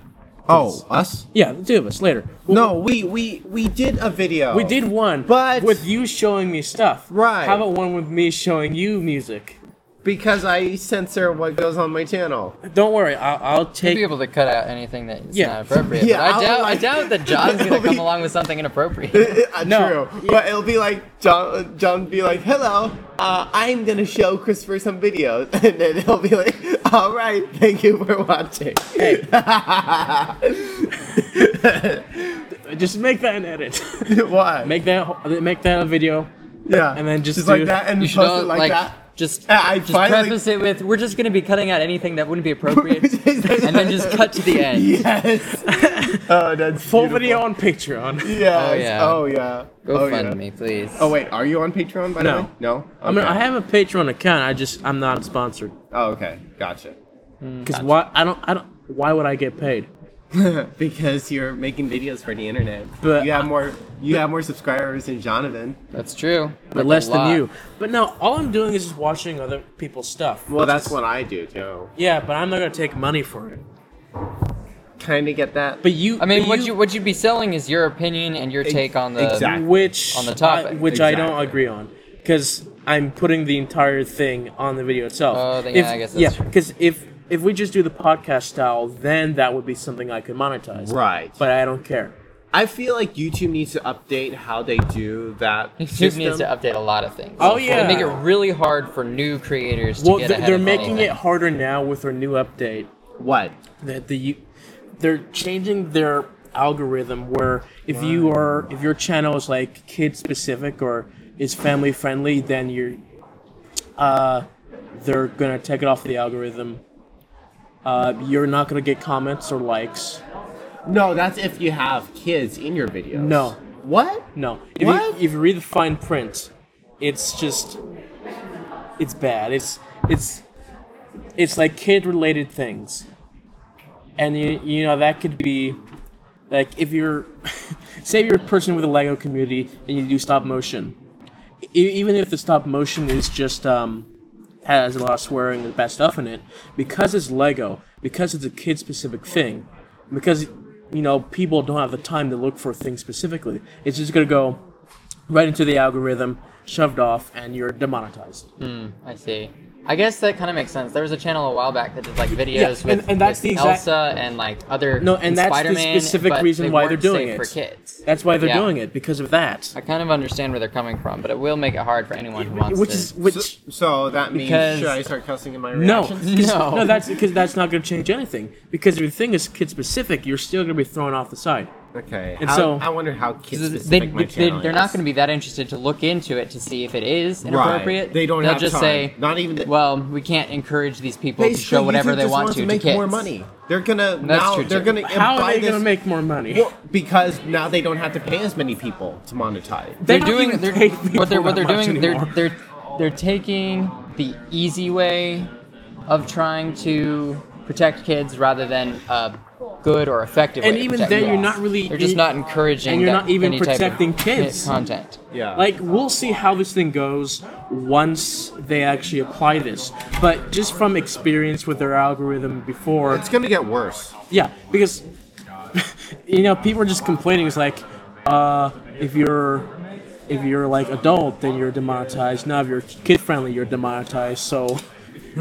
Speaker 2: Oh, us?
Speaker 1: Yeah, the two of us later. Well,
Speaker 2: No, we we we did a video.
Speaker 1: we did one,
Speaker 2: But-
Speaker 1: with you showing me stuff.
Speaker 2: Right.
Speaker 1: How about one with me showing you music?
Speaker 2: because I censor what goes on my channel.
Speaker 1: Don't worry, I'll, I'll
Speaker 3: you'll be
Speaker 1: take.
Speaker 3: able to cut out anything that's
Speaker 1: Yeah.
Speaker 3: not appropriate.
Speaker 2: Yeah,
Speaker 3: but I
Speaker 2: I'll,
Speaker 3: doubt, I
Speaker 2: like-
Speaker 3: doubt that John's gonna
Speaker 2: [LAUGHS] It'll
Speaker 3: come
Speaker 2: be-
Speaker 3: along with
Speaker 2: [LAUGHS]
Speaker 3: something inappropriate.
Speaker 2: Uh,
Speaker 1: No.
Speaker 2: True, but it'll be like John. John be like, "Hello, uh, I'm gonna show Christopher some videos," [LAUGHS] and then he'll be like, "All right, thank you for watching." [LAUGHS]
Speaker 1: Just make that an edit. [LAUGHS]
Speaker 2: Why?
Speaker 1: make that ho- make that a video.
Speaker 2: yeah,
Speaker 1: and then just do-
Speaker 2: like that, and
Speaker 3: You
Speaker 2: post
Speaker 3: should all,
Speaker 2: it like, that.
Speaker 3: just,
Speaker 2: Yeah, I
Speaker 3: just
Speaker 2: finally-
Speaker 3: preface it with "We're just gonna be cutting out anything that wouldn't be
Speaker 2: [LAUGHS]
Speaker 3: appropriate," and then just cut to the end.
Speaker 2: Yes.
Speaker 3: [LAUGHS]
Speaker 2: oh, that's
Speaker 1: Full
Speaker 2: beautiful.
Speaker 1: video on Patreon. [LAUGHS]
Speaker 2: Yes.
Speaker 3: Oh, yeah.
Speaker 2: Oh yeah.
Speaker 3: Go
Speaker 2: oh,
Speaker 3: fund
Speaker 2: yeah.
Speaker 3: me, please.
Speaker 2: Oh wait, are you on Patreon by
Speaker 1: No.
Speaker 2: the way? No.
Speaker 1: I mean,
Speaker 2: Okay.
Speaker 1: I have a Patreon account. I just I'm not sponsored
Speaker 2: Oh okay, gotcha.
Speaker 1: because why? I don't. I don't. Why would I get paid?
Speaker 2: [LAUGHS] because you're making videos for the internet.
Speaker 1: But
Speaker 2: you have more. You have more subscribers than Jonathan.
Speaker 3: that's true.
Speaker 1: But less than you. But no, all I'm doing is just watching other people's stuff.
Speaker 2: Well, that's what I do too.
Speaker 1: Yeah, but I'm not gonna take money for it.
Speaker 2: Kind of get that.
Speaker 1: But you,
Speaker 3: I mean,
Speaker 1: but
Speaker 3: what you what you'd be selling is your opinion and your take on the
Speaker 2: exactly.
Speaker 1: which
Speaker 3: on the topic.
Speaker 1: I- which I don't
Speaker 2: Exactly.
Speaker 1: agree on because I'm putting the entire thing on the video itself.
Speaker 3: Oh, then,
Speaker 1: if,
Speaker 3: yeah, I guess that's true.
Speaker 1: because if if we just do the podcast style, then that would be something I could monetize.
Speaker 2: Right.
Speaker 1: But I don't care.
Speaker 2: I feel like YouTube needs to update how they do that.
Speaker 3: YouTube
Speaker 2: system.
Speaker 3: needs to update a lot of things.
Speaker 1: Oh,
Speaker 3: They make it
Speaker 1: yeah.
Speaker 3: really hard for new creators to
Speaker 1: Well,
Speaker 3: get
Speaker 1: th-
Speaker 3: ahead
Speaker 1: they're
Speaker 3: of
Speaker 1: making
Speaker 3: anything.
Speaker 1: it harder now with their new update.
Speaker 2: what?
Speaker 1: that the you- they're changing their algorithm where if you are if your channel is like kid specific or is family friendly then you're uh they're gonna take it off the algorithm uh you're not gonna get comments or likes
Speaker 2: No, that's if you have kids in your videos.
Speaker 1: No.
Speaker 2: What?
Speaker 1: no if,
Speaker 2: What?
Speaker 1: You, if you read the fine print it's just it's bad it's it's it's like kid related things and you, you know that could be like if you're [LAUGHS] say you're a person with a lego community and you do stop motion E- even if the stop motion is just um has a lot of swearing and bad stuff in it, because it's Lego, because it's a kid specific thing, because you know people don't have the time to look for things specifically, it's just gonna go right into the algorithm, shoved off, and you're demonetized.
Speaker 3: I see. I guess that kind of makes sense. There was a channel a while back that did like videos
Speaker 1: Yeah,
Speaker 3: with,
Speaker 1: and- and that's the
Speaker 3: with
Speaker 1: exact-
Speaker 3: Elsa and like other
Speaker 1: No, and that's the
Speaker 3: Spider-Man,
Speaker 1: specific
Speaker 3: but
Speaker 1: reason
Speaker 3: they
Speaker 1: why they're
Speaker 3: weren't
Speaker 1: doing
Speaker 3: safe
Speaker 1: it.
Speaker 3: for kids.
Speaker 1: That's why they're
Speaker 3: Yeah.
Speaker 1: doing it because of that.
Speaker 3: I kind of understand where they're coming from, but it will make it hard for anyone who wants
Speaker 1: Which
Speaker 3: to.
Speaker 1: is which.
Speaker 2: So, so that means
Speaker 3: Because-
Speaker 2: should I start cussing in my
Speaker 1: No,
Speaker 2: reactions?
Speaker 1: 'cause-
Speaker 3: [LAUGHS] No.
Speaker 1: no, that's because that's not going to change anything. Because if the thing is kid specific, you're still going to be thrown off the side.
Speaker 2: Okay.
Speaker 1: And
Speaker 2: I,
Speaker 1: so-
Speaker 2: I wonder how kids
Speaker 3: they,
Speaker 2: specific my
Speaker 3: they,
Speaker 2: channel
Speaker 3: are not
Speaker 2: is.
Speaker 3: going to be that interested to look into it to see if it is
Speaker 2: Right.
Speaker 3: inappropriate.
Speaker 2: They don't
Speaker 3: They'll
Speaker 2: have
Speaker 3: just
Speaker 2: time.
Speaker 3: say,
Speaker 2: Not even the-
Speaker 3: well, we can't encourage these people to
Speaker 2: Basically,
Speaker 3: show whatever
Speaker 2: YouTube
Speaker 3: they
Speaker 2: just
Speaker 3: want
Speaker 2: wants
Speaker 3: to
Speaker 2: to
Speaker 3: to
Speaker 2: make
Speaker 3: kids.
Speaker 2: more money. They're gonna
Speaker 3: That's
Speaker 2: now.
Speaker 3: true,
Speaker 2: They're
Speaker 3: too.
Speaker 2: gonna
Speaker 1: How are
Speaker 2: buy
Speaker 1: they going
Speaker 2: this-
Speaker 1: to make more money?
Speaker 2: Well, because now they don't have to pay as many people to monetize.
Speaker 1: They
Speaker 3: They're
Speaker 1: don't
Speaker 3: doing.
Speaker 1: even
Speaker 3: They're,
Speaker 1: pay people
Speaker 3: what they're what
Speaker 1: that
Speaker 3: they're
Speaker 1: much
Speaker 3: doing. They're
Speaker 1: anymore.
Speaker 3: they're they're taking the easy way of trying to protect kids rather than a good or effective
Speaker 1: And
Speaker 3: way. to
Speaker 1: even
Speaker 3: protect
Speaker 1: then, you're
Speaker 3: kids.
Speaker 1: not really-
Speaker 3: They're just not encouraging.
Speaker 1: and you're
Speaker 3: that-
Speaker 1: not even
Speaker 3: any type of
Speaker 1: protecting kids.
Speaker 3: content. [LAUGHS]
Speaker 2: Yeah.
Speaker 1: Like we'll see how this thing goes once they actually apply this. But just from experience with their algorithm before,
Speaker 2: it's gonna get worse.
Speaker 1: yeah, because [LAUGHS] you know people are just complaining. It's like uh, if you're if you're like adult, then you're demonetized. Now if you're kid friendly, you're demonetized. So [LAUGHS]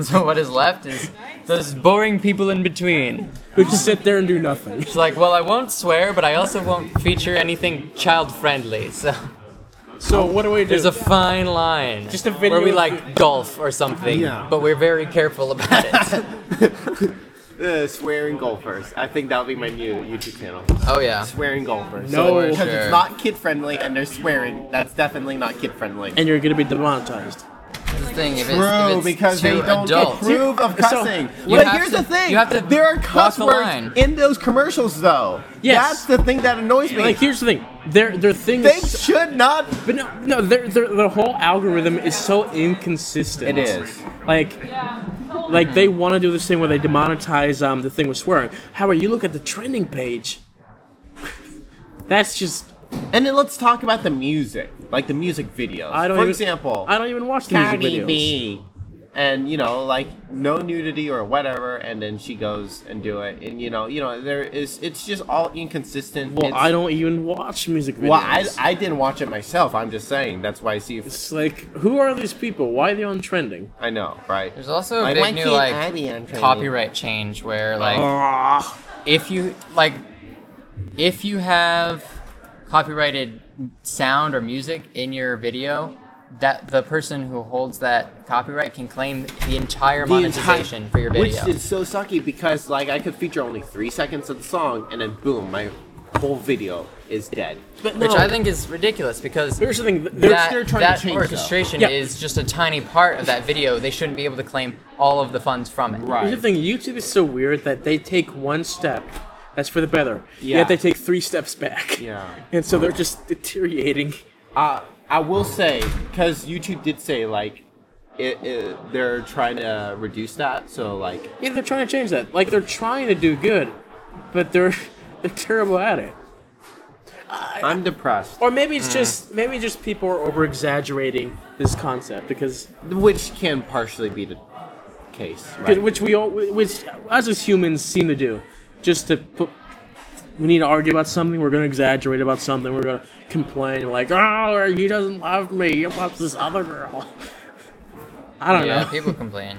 Speaker 3: So what is left is those boring people in between.
Speaker 1: we just sit there and do nothing.
Speaker 3: It's like, well, I won't swear, but I also won't feature anything child friendly. [LAUGHS] So
Speaker 1: So what do we do?
Speaker 3: there's a fine line.
Speaker 1: Just a video
Speaker 3: where we
Speaker 1: of-
Speaker 3: like golf or something,
Speaker 2: Yeah.
Speaker 3: but we're very careful about it. [LAUGHS]
Speaker 2: Uh, swearing golfers. I think that'll be my new YouTube channel.
Speaker 3: oh yeah.
Speaker 2: Swearing golfers.
Speaker 1: No.
Speaker 2: because
Speaker 3: Sure.
Speaker 2: it's not kid friendly, and they're swearing. That's definitely not kid friendly.
Speaker 1: and you're gonna be demonetized.
Speaker 3: thing if it's,
Speaker 2: True, because they don't approve of cussing.
Speaker 3: You
Speaker 2: but
Speaker 3: have
Speaker 2: here's
Speaker 3: to-
Speaker 2: the thing:
Speaker 3: you have to
Speaker 2: there are
Speaker 3: walk
Speaker 2: cuss
Speaker 3: the
Speaker 2: words
Speaker 3: line.
Speaker 2: in those commercials, though.
Speaker 1: Yes.
Speaker 2: that's the thing that annoys me.
Speaker 1: Like here's the thing, their their thing
Speaker 2: they
Speaker 1: is
Speaker 2: should not.
Speaker 1: But no, no, their, their, their whole algorithm is so inconsistent.
Speaker 2: It is.
Speaker 1: Like, like they want to do this thing where they demonetize um, the thing with swearing. However, you look at the trending page. [LAUGHS] That's just
Speaker 2: And then let's talk about the music, like the music videos.
Speaker 1: I don't.
Speaker 2: For
Speaker 1: even,
Speaker 2: example,
Speaker 1: I don't even watch the music
Speaker 2: Cardi
Speaker 1: videos.
Speaker 2: B, and you know, like no nudity or whatever, and then she goes and do it, and you know, you know, there is. It's just all inconsistent.
Speaker 1: Well,
Speaker 2: It's-
Speaker 1: I don't even watch music videos.
Speaker 2: Well, I, I didn't watch it myself. I'm just saying. That's why I see. If,
Speaker 1: It's like, who are these people? Why are they on trending?
Speaker 2: I know, right?
Speaker 3: There's also a
Speaker 2: Like, why
Speaker 3: big new
Speaker 2: can't
Speaker 3: like
Speaker 2: I be on training?
Speaker 3: copyright change where like
Speaker 2: Oh.
Speaker 1: Ah,
Speaker 3: if you like if you have copyrighted sound or music in your video, that the person who holds that copyright can claim the entire
Speaker 2: the
Speaker 3: monetization
Speaker 2: entire-
Speaker 3: for your video.
Speaker 2: Which is so sucky because like I could feature only three seconds of the song and then boom, my whole video is dead.
Speaker 1: but no.
Speaker 3: which I think is ridiculous because
Speaker 1: here's the thing. They're,
Speaker 3: that,
Speaker 2: they're trying to
Speaker 3: that
Speaker 2: change, though.
Speaker 3: orchestration
Speaker 1: Yeah.
Speaker 3: is just a tiny part of that video. They shouldn't be able to claim all of the funds from it.
Speaker 2: Right.
Speaker 1: Here's the thing: YouTube is so weird that they take one step, that's for the better.
Speaker 2: Yeah.
Speaker 1: Yet they take three steps back.
Speaker 2: Yeah.
Speaker 1: And so they're just deteriorating.
Speaker 2: Uh, I will say because YouTube did say like it, it, they're trying to reduce that, so like
Speaker 1: Yeah, they're trying to change that. Like they're trying to do good, but they're [LAUGHS] they're terrible at it.
Speaker 2: I'm depressed,
Speaker 1: Or maybe it's just maybe just people are over exaggerating this concept because
Speaker 2: which can partially be the case.
Speaker 1: 'cause-
Speaker 2: Right?
Speaker 1: which we all which us as humans seem to do, just to put. We need to argue about something. We're gonna exaggerate about something. We're gonna complain like, "Oh, he doesn't love me. He loves this other girl." I don't
Speaker 3: Yeah,
Speaker 1: know.
Speaker 3: people complain.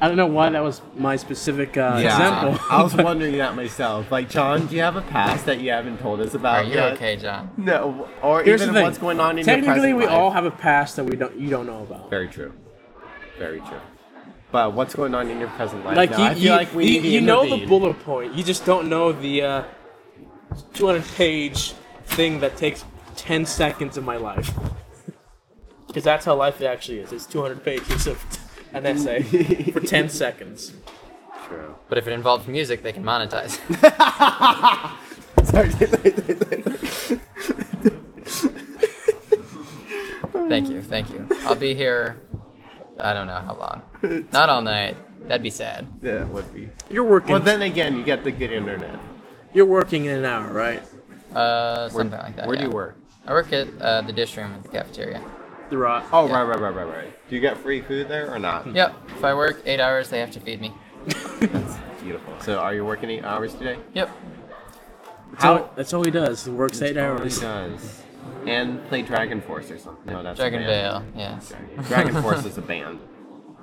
Speaker 1: I don't know why that was my specific uh, example. [LAUGHS]
Speaker 2: I was wondering that myself. Like, John, do you have a past that you haven't told us about?
Speaker 3: Are you
Speaker 2: yet?
Speaker 3: okay, John?
Speaker 2: No, or
Speaker 1: Here's
Speaker 2: even
Speaker 1: the thing.
Speaker 2: what's going on in your
Speaker 1: Technically,
Speaker 2: present
Speaker 1: we
Speaker 2: life.
Speaker 1: all have a past that we don't you don't know about.
Speaker 2: Very true. Very true. But what's going on in your present life?
Speaker 1: Like
Speaker 2: now?
Speaker 1: you,
Speaker 2: I feel
Speaker 1: you,
Speaker 2: like we
Speaker 1: you,
Speaker 2: need to
Speaker 1: you know the
Speaker 2: intervene.
Speaker 1: bullet point. You just don't know the uh, 200 page thing that takes 10 seconds of my life. [LAUGHS] Because that's how life actually is. It's 200 pages of [LAUGHS] an essay
Speaker 2: [LAUGHS]
Speaker 1: for 10 seconds.
Speaker 2: True.
Speaker 3: But if it involves music, they can monetize. [LAUGHS] thank you, thank you. I'll be here. I don't know how long. Not all night. That'd be sad.
Speaker 2: Yeah, it would be.
Speaker 1: You're working.
Speaker 2: Well, then again, you get the good internet.
Speaker 1: you're working in an hour, right?
Speaker 3: Uh, something like that.
Speaker 2: Where
Speaker 3: yeah.
Speaker 2: do you work?
Speaker 3: I work at uh, the dish room at the cafeteria.
Speaker 1: The rot.
Speaker 2: Oh,
Speaker 3: Yeah.
Speaker 2: right, right, right, right, right. Do you get free food there or not?
Speaker 3: Yep. If I work eight hours, they have to feed me.
Speaker 2: Beautiful. So, are you working eight hours today?
Speaker 3: Yep.
Speaker 1: That's, all, that's all he does. He works eight
Speaker 2: That's all he
Speaker 1: hours.
Speaker 2: does. And play Dragon Force or something. No, that's a
Speaker 3: Dragon
Speaker 2: band.
Speaker 3: Veil. Yeah. [LAUGHS]
Speaker 2: Dragon Force is a band.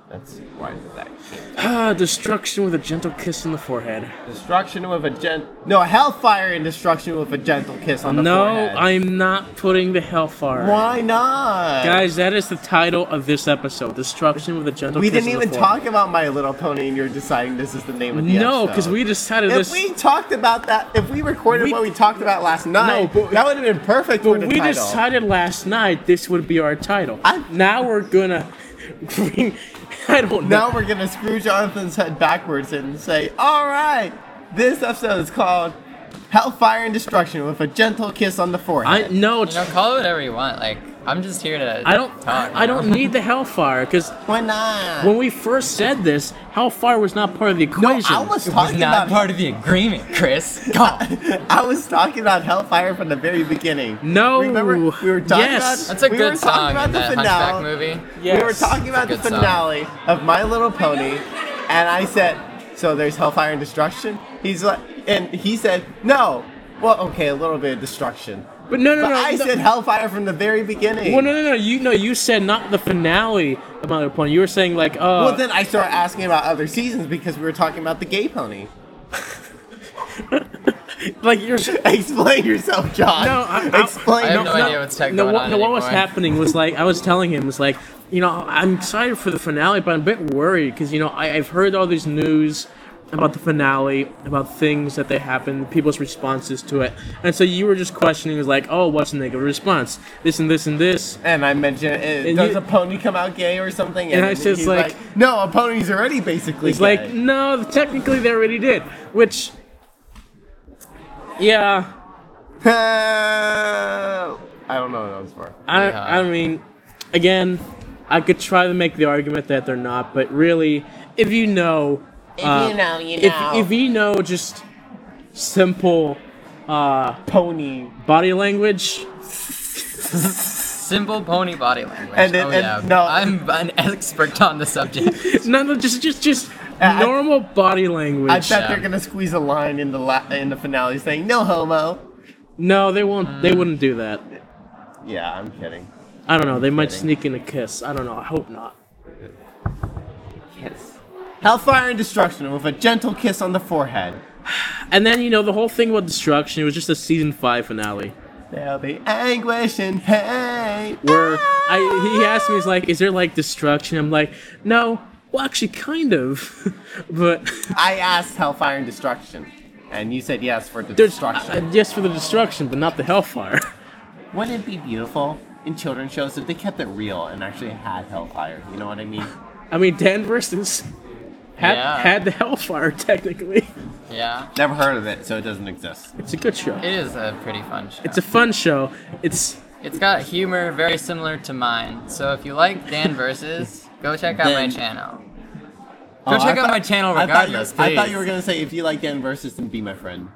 Speaker 2: That's why is that can't.
Speaker 1: Ah, destruction with a gentle kiss on the forehead.
Speaker 2: Destruction with a gent. No, Hellfire and destruction with a gentle kiss on the
Speaker 1: no,
Speaker 2: forehead.
Speaker 1: I'm not putting the Hellfire.
Speaker 2: Why not?
Speaker 1: Guys, that is the title of this episode: Destruction with a gentle.
Speaker 2: we
Speaker 1: kiss
Speaker 2: didn't
Speaker 1: on the
Speaker 2: even
Speaker 1: forehead.
Speaker 2: talk about My Little Pony, and you're deciding this is the name of the
Speaker 1: No, because
Speaker 2: episode.
Speaker 1: we decided
Speaker 2: If
Speaker 1: this.
Speaker 2: we talked about that, if we recorded
Speaker 1: We-
Speaker 2: what we talked about last night,
Speaker 1: but-
Speaker 2: that would have been perfect for the
Speaker 1: we
Speaker 2: title.
Speaker 1: decided last night this would be our title.
Speaker 2: I-
Speaker 1: now we're gonna bring. [LAUGHS] I don't know.
Speaker 2: Now we're gonna screw Jonathan's head backwards and say, "All right, this episode is called Hellfire and Destruction with a gentle kiss on the
Speaker 1: I
Speaker 2: forehead."
Speaker 1: no.
Speaker 3: You know, call it whatever you want. Like, I'm just here to.
Speaker 1: I don't.
Speaker 3: Talk,
Speaker 1: I don't need the Hellfire because
Speaker 2: Why not?
Speaker 1: when we first said this, Hellfire was not part of the
Speaker 2: no,
Speaker 1: equation.
Speaker 2: I was [LAUGHS]
Speaker 3: It's
Speaker 2: talking
Speaker 3: not
Speaker 2: about.
Speaker 3: part of the agreement, Chris. God.
Speaker 2: [LAUGHS] I was talking about Hellfire from the very beginning.
Speaker 1: No.
Speaker 2: remember we were talking
Speaker 1: Yes.
Speaker 2: about.
Speaker 3: That's a
Speaker 2: we
Speaker 3: good
Speaker 2: were
Speaker 3: song
Speaker 2: talking about
Speaker 3: in
Speaker 2: the
Speaker 3: that
Speaker 2: finale.
Speaker 3: Hunchback movie.
Speaker 1: Yes.
Speaker 2: We were talking about the
Speaker 3: It's a good song.
Speaker 2: finale of My Little Pony, and I said, "So there's hellfire and destruction." He's like, and he said, "No, well, okay, a little bit of destruction."
Speaker 1: But no, no,
Speaker 2: But
Speaker 1: no.
Speaker 2: I
Speaker 1: no.
Speaker 2: said hellfire from the very beginning.
Speaker 1: Well, no, no, no. You no. You said not the finale of My Little Pony. You were saying like, uh,
Speaker 2: Well, then I started asking about other seasons because we were talking about the gay pony. [LAUGHS]
Speaker 1: like you're. s-
Speaker 2: Explain yourself, John.
Speaker 1: No, I, I,
Speaker 2: explain.
Speaker 3: I have no idea what's tech-
Speaker 1: no,
Speaker 3: going
Speaker 1: what,
Speaker 3: on
Speaker 1: no, what was
Speaker 3: anymore.
Speaker 1: happening was like I was telling him was like, you know, I'm excited for the finale, but I'm a bit worried because you know I, I've heard all this news about the finale, about things that they happened, people's responses to it, and so you were just questioning was like, oh, what's the negative response? This and this and this.
Speaker 2: and I mentioned, eh,
Speaker 1: And
Speaker 2: does
Speaker 1: you-
Speaker 2: a pony come out gay or something? And,
Speaker 1: I
Speaker 2: he's
Speaker 1: says, like-
Speaker 2: no, a pony's already basically.
Speaker 1: It's like
Speaker 2: gay."
Speaker 1: no, technically they already did, which, yeah,
Speaker 2: [LAUGHS] I don't know what that was for.
Speaker 1: I,
Speaker 3: Yeah.
Speaker 1: I mean, again, I could try to make the argument that they're not, but really, if you know, uh,
Speaker 2: you know, you
Speaker 1: if,
Speaker 2: know.
Speaker 1: if you know just simple uh,
Speaker 2: Pony.
Speaker 1: body language,
Speaker 3: Simple pony body language.
Speaker 2: And it-
Speaker 3: oh,
Speaker 2: and-
Speaker 3: yeah.
Speaker 2: no.
Speaker 3: I'm an [LAUGHS] expert on the subject.
Speaker 1: no, no, just just just
Speaker 2: I-
Speaker 1: normal body
Speaker 2: I
Speaker 1: language.
Speaker 2: bet they're gonna squeeze a line in the la- in the finale saying no homo.
Speaker 1: no, they won't. They wouldn't do that.
Speaker 2: Yeah, I'm kidding.
Speaker 1: I don't know. They might sneak in a kiss. I don't know. I hope not.
Speaker 2: Kiss. Hellfire and destruction with a gentle kiss on the forehead.
Speaker 1: And then you know the whole thing about destruction. It was just a season five finale.
Speaker 2: There'll be anguish and hate.
Speaker 1: where I he asked me, he's like, "Is there like destruction?" I'm like, "No, well, actually, kind of, [LAUGHS] but
Speaker 2: I asked Hellfire and destruction, and you said yes for the
Speaker 1: there's
Speaker 2: destruction.
Speaker 1: [LAUGHS] uh, yes for the destruction, but not the hellfire." [LAUGHS]
Speaker 2: Wouldn't it be beautiful in children's shows if they kept it real and actually had Hellfire? You know what I mean?
Speaker 1: I mean, Dan versus had
Speaker 3: Yeah.
Speaker 1: had the hellfire technically.
Speaker 3: yeah.
Speaker 2: Never heard of it, so it doesn't exist.
Speaker 1: It's a good show.
Speaker 3: It is a pretty fun show.
Speaker 1: It's a fun show. It's
Speaker 3: It's got humor very similar to mine. So if you like Dan versus, go check out my
Speaker 2: Then-
Speaker 3: channel.
Speaker 2: Oh,
Speaker 3: Go
Speaker 2: I
Speaker 3: check out
Speaker 2: thought-
Speaker 3: my channel
Speaker 2: I thought you-
Speaker 3: regardless,
Speaker 2: I thought you,
Speaker 3: please.
Speaker 2: were gonna say if you like Dan versus, then be my friend.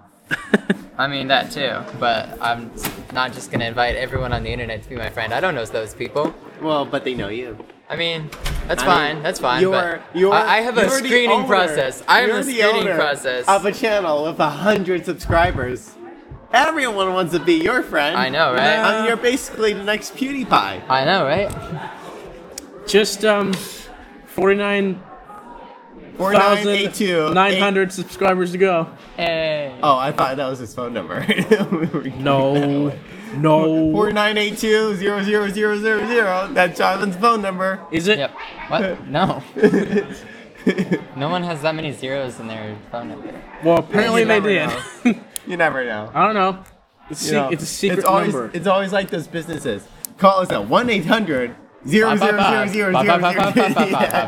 Speaker 3: I mean that too, but I'm not just gonna invite everyone on the internet to be my friend. I don't know those people.
Speaker 2: Well, but they know you.
Speaker 3: I mean, that's
Speaker 2: I
Speaker 3: fine.
Speaker 2: mean,
Speaker 3: that's fine.
Speaker 2: You're,
Speaker 3: but
Speaker 2: you're,
Speaker 3: I, I have a
Speaker 2: you're the
Speaker 3: screening
Speaker 2: owner-
Speaker 3: process. I have
Speaker 2: you're
Speaker 3: a
Speaker 2: the
Speaker 3: screening
Speaker 2: owner
Speaker 3: process.
Speaker 2: of a channel with a hundred subscribers. Everyone wants to be your friend.
Speaker 3: I know, right?
Speaker 2: Um, you're basically the next PewDiePie.
Speaker 3: I know, right?
Speaker 1: just um. 49,900
Speaker 2: 4982.
Speaker 1: subscribers to go.
Speaker 3: Hey.
Speaker 2: Oh, I thought that was his phone number. [LAUGHS]
Speaker 1: No. No.
Speaker 2: 4982 That's Jonathan's phone number. [LAUGHS]
Speaker 1: Is it?
Speaker 3: Yep. What? No. no one has that many zeros in their phone number.
Speaker 1: Well, apparently
Speaker 2: You
Speaker 1: they did.
Speaker 2: never You never know.
Speaker 1: [LAUGHS] I don't know. It's,
Speaker 2: You
Speaker 1: sec-
Speaker 2: know,
Speaker 1: it's a secret
Speaker 2: it's always,
Speaker 1: number.
Speaker 2: It's always like those businesses. Call us at 1 800
Speaker 3: Ba- ba- ba- ba- [LAUGHS] ba- ba- ba- ba- ba- ba-
Speaker 2: And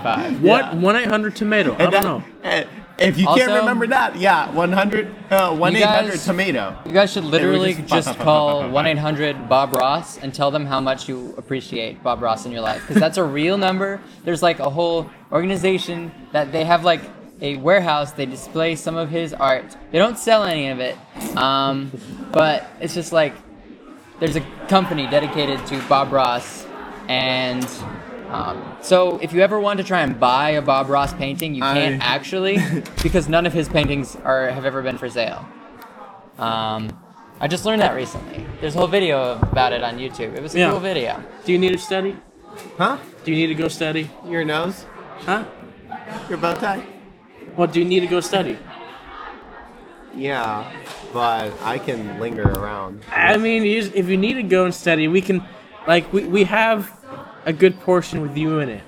Speaker 3: ba.
Speaker 1: What one eight hundred tomato? I don't
Speaker 2: that-
Speaker 1: know.
Speaker 2: and If you
Speaker 3: Also-
Speaker 2: can't remember that, yeah, 100 uh, 1 800
Speaker 3: guys-
Speaker 2: tomato.
Speaker 3: You guys should literally
Speaker 2: just- [LAUGHS]
Speaker 3: just call 1 800 Bob Ross and tell them how much you appreciate Bob Ross in your life. Because that's a real number. There's like a whole organization that they have like a warehouse. They display some of his art. They don't sell any of it. Um, but it's just like there's a company dedicated to Bob Ross And um, so, if you ever want to try and buy a Bob Ross painting, you can't
Speaker 2: I-
Speaker 3: actually,
Speaker 2: [LAUGHS]
Speaker 3: because none of his paintings are have ever been for sale. Um, I just learned that recently. There's a whole video about it on YouTube. It was a
Speaker 1: Yeah.
Speaker 3: cool video.
Speaker 1: Do you need to study?
Speaker 2: Huh?
Speaker 1: Do you need to go study?
Speaker 2: Your nose?
Speaker 1: Huh?
Speaker 2: Your bow tie?
Speaker 1: What do you need to go study?
Speaker 2: Yeah, but I can linger around.
Speaker 1: I mean, you just- if you need to go and study, we can, like, we, we have a good portion with you in it.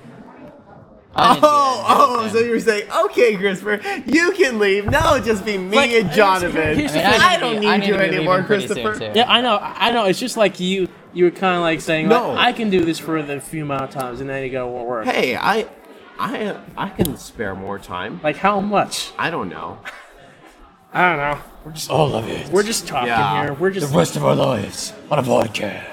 Speaker 3: I didn't do that.
Speaker 2: Oh, oh, so you're saying, okay, Christopher, you can leave. Now it'll just be me
Speaker 1: Like,
Speaker 2: and Jonathan.
Speaker 1: here's the
Speaker 3: I mean,
Speaker 1: I
Speaker 3: need to
Speaker 2: don't
Speaker 3: be- I
Speaker 2: need you
Speaker 3: to be leaving
Speaker 2: anymore,
Speaker 3: pretty soon,
Speaker 2: Christopher.
Speaker 3: too.
Speaker 1: Yeah, I know, I know. It's just like you, you were kind of like saying, like,
Speaker 2: No.
Speaker 1: I can do this for the few amount of times, and then you go, won't work.
Speaker 2: Hey, I, I, I can spare more time.
Speaker 1: Like, how much?
Speaker 2: I don't know.
Speaker 1: I don't know.
Speaker 4: We're just all of it.
Speaker 1: We're just talking
Speaker 2: Yeah.
Speaker 1: here. We're
Speaker 4: the
Speaker 1: just,
Speaker 4: rest of our lives on a podcast.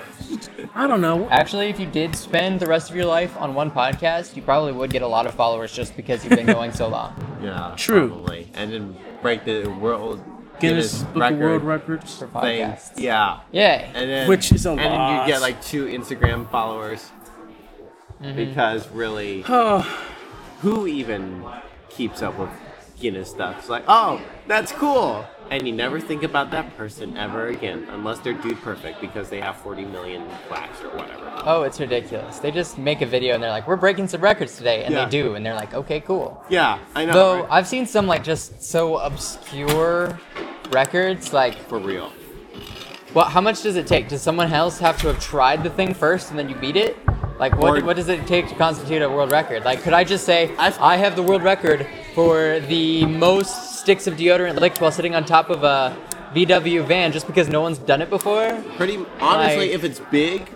Speaker 1: I don't know.
Speaker 3: Actually, if you did spend the rest of your life on one podcast, you probably would get a lot of followers just because you've been going
Speaker 2: [LAUGHS]
Speaker 3: so long
Speaker 2: Yeah.
Speaker 1: True.
Speaker 2: Probably. And then break the world
Speaker 1: Guinness Book
Speaker 2: record
Speaker 1: of World Records.
Speaker 3: for
Speaker 2: thing.
Speaker 3: podcasts.
Speaker 2: Yeah.
Speaker 3: Yay.
Speaker 2: And then
Speaker 1: Which is a
Speaker 2: and then you
Speaker 1: lot.
Speaker 2: get like two Instagram followers.
Speaker 1: Mm-hmm.
Speaker 2: Because really,
Speaker 1: Oh,
Speaker 2: who even keeps up with Guinness stuff? It's like, oh, that's cool. And you never think about that person ever again, unless they're dude perfect because they have 40 million likes or whatever.
Speaker 3: Oh, it's ridiculous. They just make a video and they're like, we're breaking some records today. And
Speaker 2: Yeah.
Speaker 3: they do. And they're like, okay, cool.
Speaker 2: Yeah, I know.
Speaker 3: Though
Speaker 2: right?
Speaker 3: I've seen some like just so obscure records. Like,
Speaker 2: For real.
Speaker 3: well, how much does it take? Does someone else have to have tried the thing first and then you beat it? Like, what,
Speaker 2: Or-
Speaker 3: what does it take to constitute a world record? Like, could I just say,
Speaker 2: I've-
Speaker 3: I have the world record for the most sticks of deodorant licked while sitting on top of a VW van just because no one's done it before?
Speaker 2: Pretty honestly,
Speaker 3: Like-
Speaker 2: if it's big,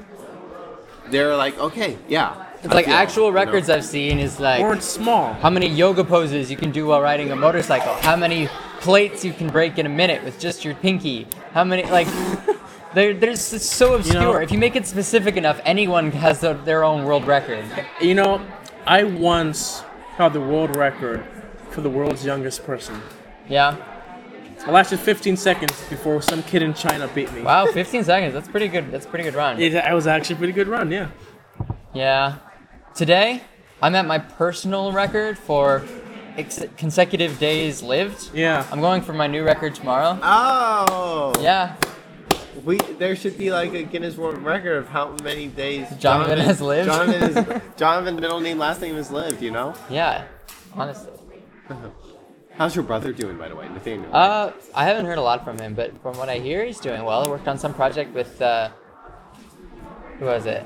Speaker 2: they're like, okay, yeah.
Speaker 3: It's like actual records
Speaker 2: that
Speaker 3: I've seen is like.
Speaker 1: or it's small.
Speaker 3: how many yoga poses you can do while riding a motorcycle, how many plates you can break in a minute with just your pinky, how many
Speaker 1: [LAUGHS]
Speaker 3: like they're, they're s- it's so obscure. if you make it specific enough, anyone has their, their own world record.
Speaker 1: You know, I once had the world record for the world's youngest person.
Speaker 3: Yeah.
Speaker 1: I lasted 15 seconds before some kid in China beat me. [LAUGHS]
Speaker 3: Wow, 15 seconds. That's pretty good. That's a pretty good run.
Speaker 1: It, it was actually a pretty good run, yeah.
Speaker 3: Yeah. Today, I'm at my personal record for ex- consecutive days lived.
Speaker 1: Yeah.
Speaker 3: I'm going for my new record tomorrow.
Speaker 2: Oh,
Speaker 3: Yeah.
Speaker 2: We there should be like a Guinness World Record of how many days
Speaker 3: Jonathan has lived.
Speaker 2: Jonathan,
Speaker 3: [LAUGHS]
Speaker 2: is, Jonathan middle name last name has lived. You know.
Speaker 3: Yeah. Honestly.
Speaker 2: How's your brother doing, by the way, Nathaniel?
Speaker 3: Uh, I haven't heard a lot from him, but from what I hear, he's doing well. He worked on some project with uh, who was it?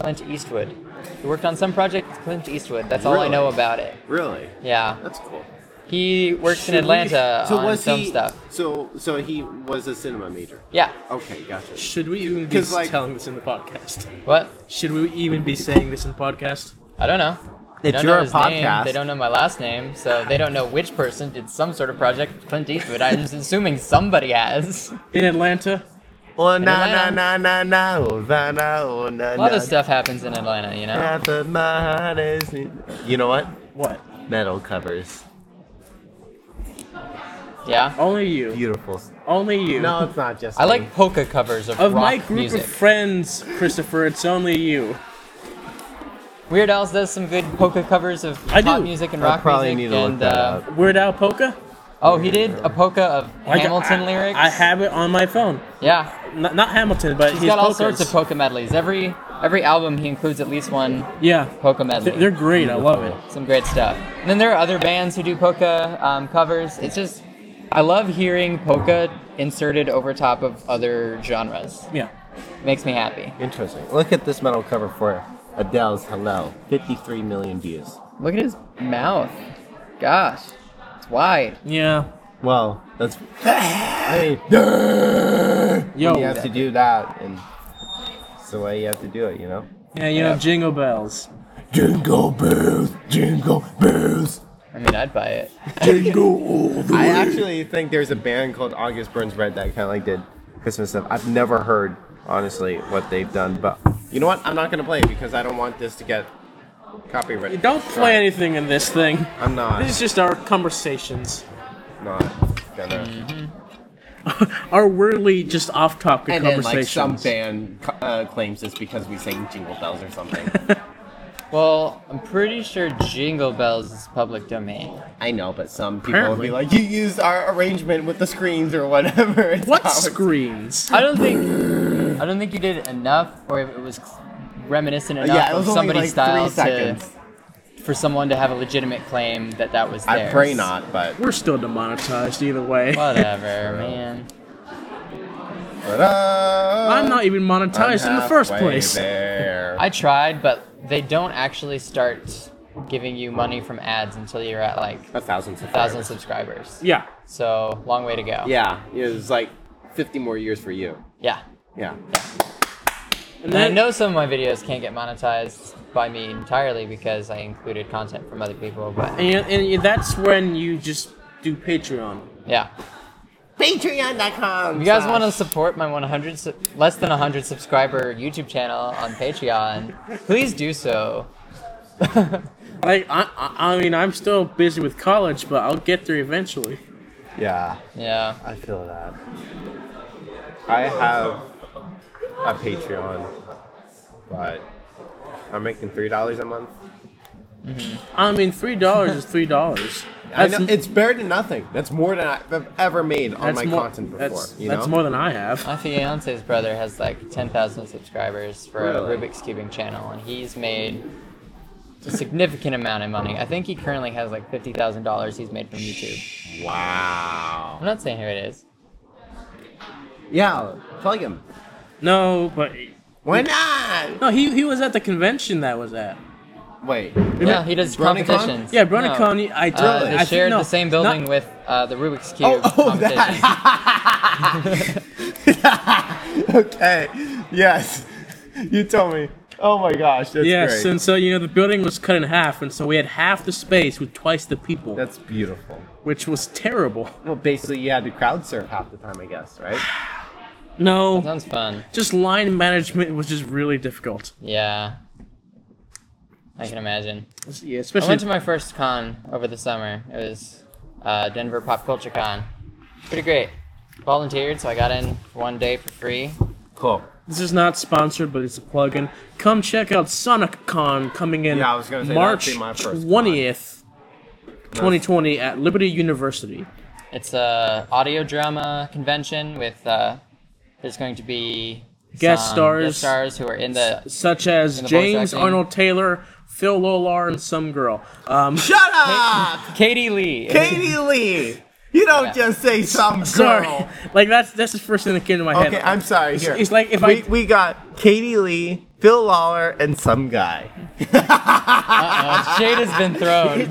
Speaker 3: Clint Eastwood. He worked on some project with Clint Eastwood. That's all I
Speaker 2: Really?
Speaker 3: know about it.
Speaker 2: really?
Speaker 3: Yeah,
Speaker 2: That's cool.
Speaker 3: he works
Speaker 1: Should
Speaker 3: in
Speaker 1: we-
Speaker 3: Atlanta
Speaker 2: So
Speaker 3: uh, on
Speaker 2: was
Speaker 3: some
Speaker 2: he?
Speaker 3: stuff.
Speaker 2: So so he was a cinema major.
Speaker 3: Yeah.
Speaker 2: Okay, gotcha.
Speaker 1: Should we even be
Speaker 2: 'Cause, like-
Speaker 1: telling this in the podcast?
Speaker 3: What?
Speaker 1: Should we even be saying this in the podcast?
Speaker 3: I don't know. They
Speaker 2: It's
Speaker 3: don't
Speaker 2: your
Speaker 3: know his name.
Speaker 2: podcast.
Speaker 3: They don't know my last name, so they don't know which person did some sort of project with Clint Eastwood. I'm just assuming somebody has.
Speaker 1: In Atlanta?
Speaker 2: Oh na
Speaker 3: na,
Speaker 2: na na oh na na oh na
Speaker 3: A lot of stuff happens in Atlanta, you know.
Speaker 2: You know what?
Speaker 1: What?
Speaker 2: Metal covers.
Speaker 3: Yeah.
Speaker 1: Only you.
Speaker 2: Beautiful.
Speaker 1: Only you.
Speaker 2: No, it's not just.
Speaker 3: I
Speaker 2: me.
Speaker 3: like polka covers of,
Speaker 1: Of
Speaker 3: rock
Speaker 1: my group
Speaker 3: music.
Speaker 1: of friends, Christopher, it's only you.
Speaker 3: Weird Al does some good polka covers of
Speaker 1: I
Speaker 3: pop
Speaker 1: do.
Speaker 3: music and
Speaker 2: I
Speaker 3: rock
Speaker 2: probably
Speaker 3: music.
Speaker 2: need to look
Speaker 3: and,
Speaker 2: that
Speaker 3: uh,
Speaker 2: up.
Speaker 1: Weird Al Polka?
Speaker 3: Oh, he did a polka of
Speaker 1: Like,
Speaker 3: Hamilton
Speaker 1: I-
Speaker 3: lyrics.
Speaker 1: I have it on my phone.
Speaker 3: Yeah,
Speaker 1: Not, not Hamilton, but
Speaker 3: he's
Speaker 1: his
Speaker 3: got all
Speaker 1: polkas.
Speaker 3: sorts of polka medleys. Every every album he includes at least one
Speaker 1: Yeah.
Speaker 3: polka medley.
Speaker 1: They're, they're great. I love it.
Speaker 3: some great stuff. And then there are other bands who do polka um, covers. It's just I love hearing polka inserted over top of other genres.
Speaker 1: Yeah.
Speaker 3: Makes me happy.
Speaker 2: Interesting. Look at this metal cover for Adele's "Hello." Fifty-three million views.
Speaker 3: Look at his mouth. Gosh, it's wide.
Speaker 1: Yeah.
Speaker 2: Well, that's. [LAUGHS] I mean,
Speaker 1: Yo.
Speaker 2: you have to do that, and it's the way you have to do it, you know.
Speaker 1: Yeah, you know, jingle bells.
Speaker 4: Jingle bells, jingle bells,
Speaker 3: I mean, I'd buy it.
Speaker 4: jingle all the
Speaker 2: I
Speaker 4: way.
Speaker 2: actually think there's a band called August Burns Red that kind of like did Christmas stuff. I've never heard honestly what they've done, but you know what? I'm not gonna play it because I don't want this to get copyrighted.
Speaker 1: Don't play anything in this thing.
Speaker 2: I'm not.
Speaker 1: This is just our conversations.
Speaker 2: Not gonna.
Speaker 1: our weirdly just off topic
Speaker 2: And then,
Speaker 1: conversations.
Speaker 2: like, some fan co- uh, claims it's because we sang Jingle Bells
Speaker 1: [LAUGHS]
Speaker 2: or something.
Speaker 3: Well, I'm pretty sure Jingle Bells is public domain.
Speaker 2: I know, but some people will
Speaker 1: Apparently.
Speaker 2: be like, you used our arrangement with the screens or whatever. [LAUGHS] It's
Speaker 1: what
Speaker 2: not-
Speaker 1: screens?
Speaker 3: I don't think I don't think you did enough, or if it was reminiscent enough
Speaker 2: Yeah, it
Speaker 3: of
Speaker 2: was only
Speaker 3: somebody's
Speaker 2: like
Speaker 3: style
Speaker 2: three
Speaker 3: to,
Speaker 2: seconds.
Speaker 3: for someone to have a legitimate claim that that was
Speaker 2: I
Speaker 3: theirs.
Speaker 2: pray not, but.
Speaker 1: We're still demonetized either way.
Speaker 2: [LAUGHS]
Speaker 3: Whatever, man.
Speaker 2: uh,
Speaker 1: I'm not even monetized in the first
Speaker 2: halfway
Speaker 1: place.
Speaker 2: There.
Speaker 3: I tried, but they don't actually start giving you money from ads until you're at like
Speaker 2: a thousand
Speaker 3: thousand
Speaker 2: subscribers.
Speaker 3: subscribers.
Speaker 1: Yeah.
Speaker 3: So long way to go.
Speaker 2: Yeah, it was like 50 more years for you.
Speaker 3: Yeah.
Speaker 2: Yeah.
Speaker 1: And
Speaker 3: And I
Speaker 1: then
Speaker 3: know some of my videos can't get monetized by me entirely because I included content from other people, but
Speaker 1: and, and that's when you just do Patreon.
Speaker 3: yeah.
Speaker 2: Patreon.com.
Speaker 3: If you guys want to support my 100 su- less than 100 subscriber YouTube channel on Patreon, please do so. [LAUGHS]
Speaker 1: Like I, I, I mean, I'm still busy with college, but I'll get there eventually.
Speaker 2: Yeah,
Speaker 3: Yeah.
Speaker 2: I feel that. I have a Patreon, but I'm making three dollars a month.
Speaker 1: I mean, three dollars is three dollars.
Speaker 2: [LAUGHS] I know, it's better than nothing. That's more than I've ever made on my content before.
Speaker 1: That's,
Speaker 2: you know?
Speaker 1: that's more than I have.
Speaker 3: My fiance's brother has like 10,000 subscribers for a
Speaker 2: Really?
Speaker 3: Rubik's Cubing channel, and he's made a significant amount of money. I think he currently has like $50,000 he's made from YouTube.
Speaker 2: Wow.
Speaker 3: I'm not saying who it is.
Speaker 2: Yeah, plug him.
Speaker 1: No, but
Speaker 2: Why not?
Speaker 1: no, he he was at the convention that I was at.
Speaker 2: Wait.
Speaker 3: Yeah, he does
Speaker 2: BronyCon?
Speaker 3: competitions.
Speaker 1: Yeah,
Speaker 3: No.
Speaker 1: BronyCon. I did.
Speaker 3: Uh,
Speaker 1: I
Speaker 3: they
Speaker 1: think-
Speaker 3: shared
Speaker 1: no,
Speaker 3: the same building
Speaker 1: not-
Speaker 3: with uh, the Rubik's Cube
Speaker 2: Oh, oh
Speaker 3: competition.
Speaker 2: that. [LAUGHS] okay. Yes. You told me. Oh my gosh, that's
Speaker 1: Yes,
Speaker 2: great.
Speaker 1: and so you know the building was cut in half, and so we had half the space with twice the people,
Speaker 2: that's beautiful.
Speaker 1: which was
Speaker 2: [LAUGHS]
Speaker 1: terrible.
Speaker 2: Well, basically, you had to crowd surf half the time, I guess, right?
Speaker 1: No,
Speaker 3: Sounds fun.
Speaker 1: just line management was just really difficult.
Speaker 3: Yeah. I can imagine.
Speaker 1: Yeah,
Speaker 3: I went to
Speaker 1: especially
Speaker 3: my first con over the summer. It was uh, Denver Pop Culture Con. Pretty great. Volunteered, so I got in for one day for free.
Speaker 2: Cool.
Speaker 1: this is not sponsored, but it's a plug-in. Come check out Sonic Con coming in
Speaker 2: Yeah, I was gonna say that'd
Speaker 1: March
Speaker 2: be my first con.
Speaker 1: twentieth, twenty twenty, at Liberty University.
Speaker 3: It's a audio drama convention with uh, there's going to be
Speaker 1: Guest
Speaker 3: some
Speaker 1: stars.
Speaker 3: guest stars who are in the
Speaker 1: such as
Speaker 3: And the voice
Speaker 1: James
Speaker 3: acting.
Speaker 1: Arnold Taylor, Phil Lolar, and some girl. Um,
Speaker 2: Shut up,
Speaker 3: Katie Lee.
Speaker 2: Katie Lee. You don't
Speaker 3: Yeah.
Speaker 2: just say some girl.
Speaker 1: [LAUGHS] sorry, like that's that's the first thing that came to my head.
Speaker 2: Okay, I'm sorry. Here,
Speaker 1: it's like if
Speaker 2: we,
Speaker 1: I-
Speaker 2: we got Katie Lee, Phil Lawler, and some guy.
Speaker 3: Uh, [LAUGHS] shade has been thrown.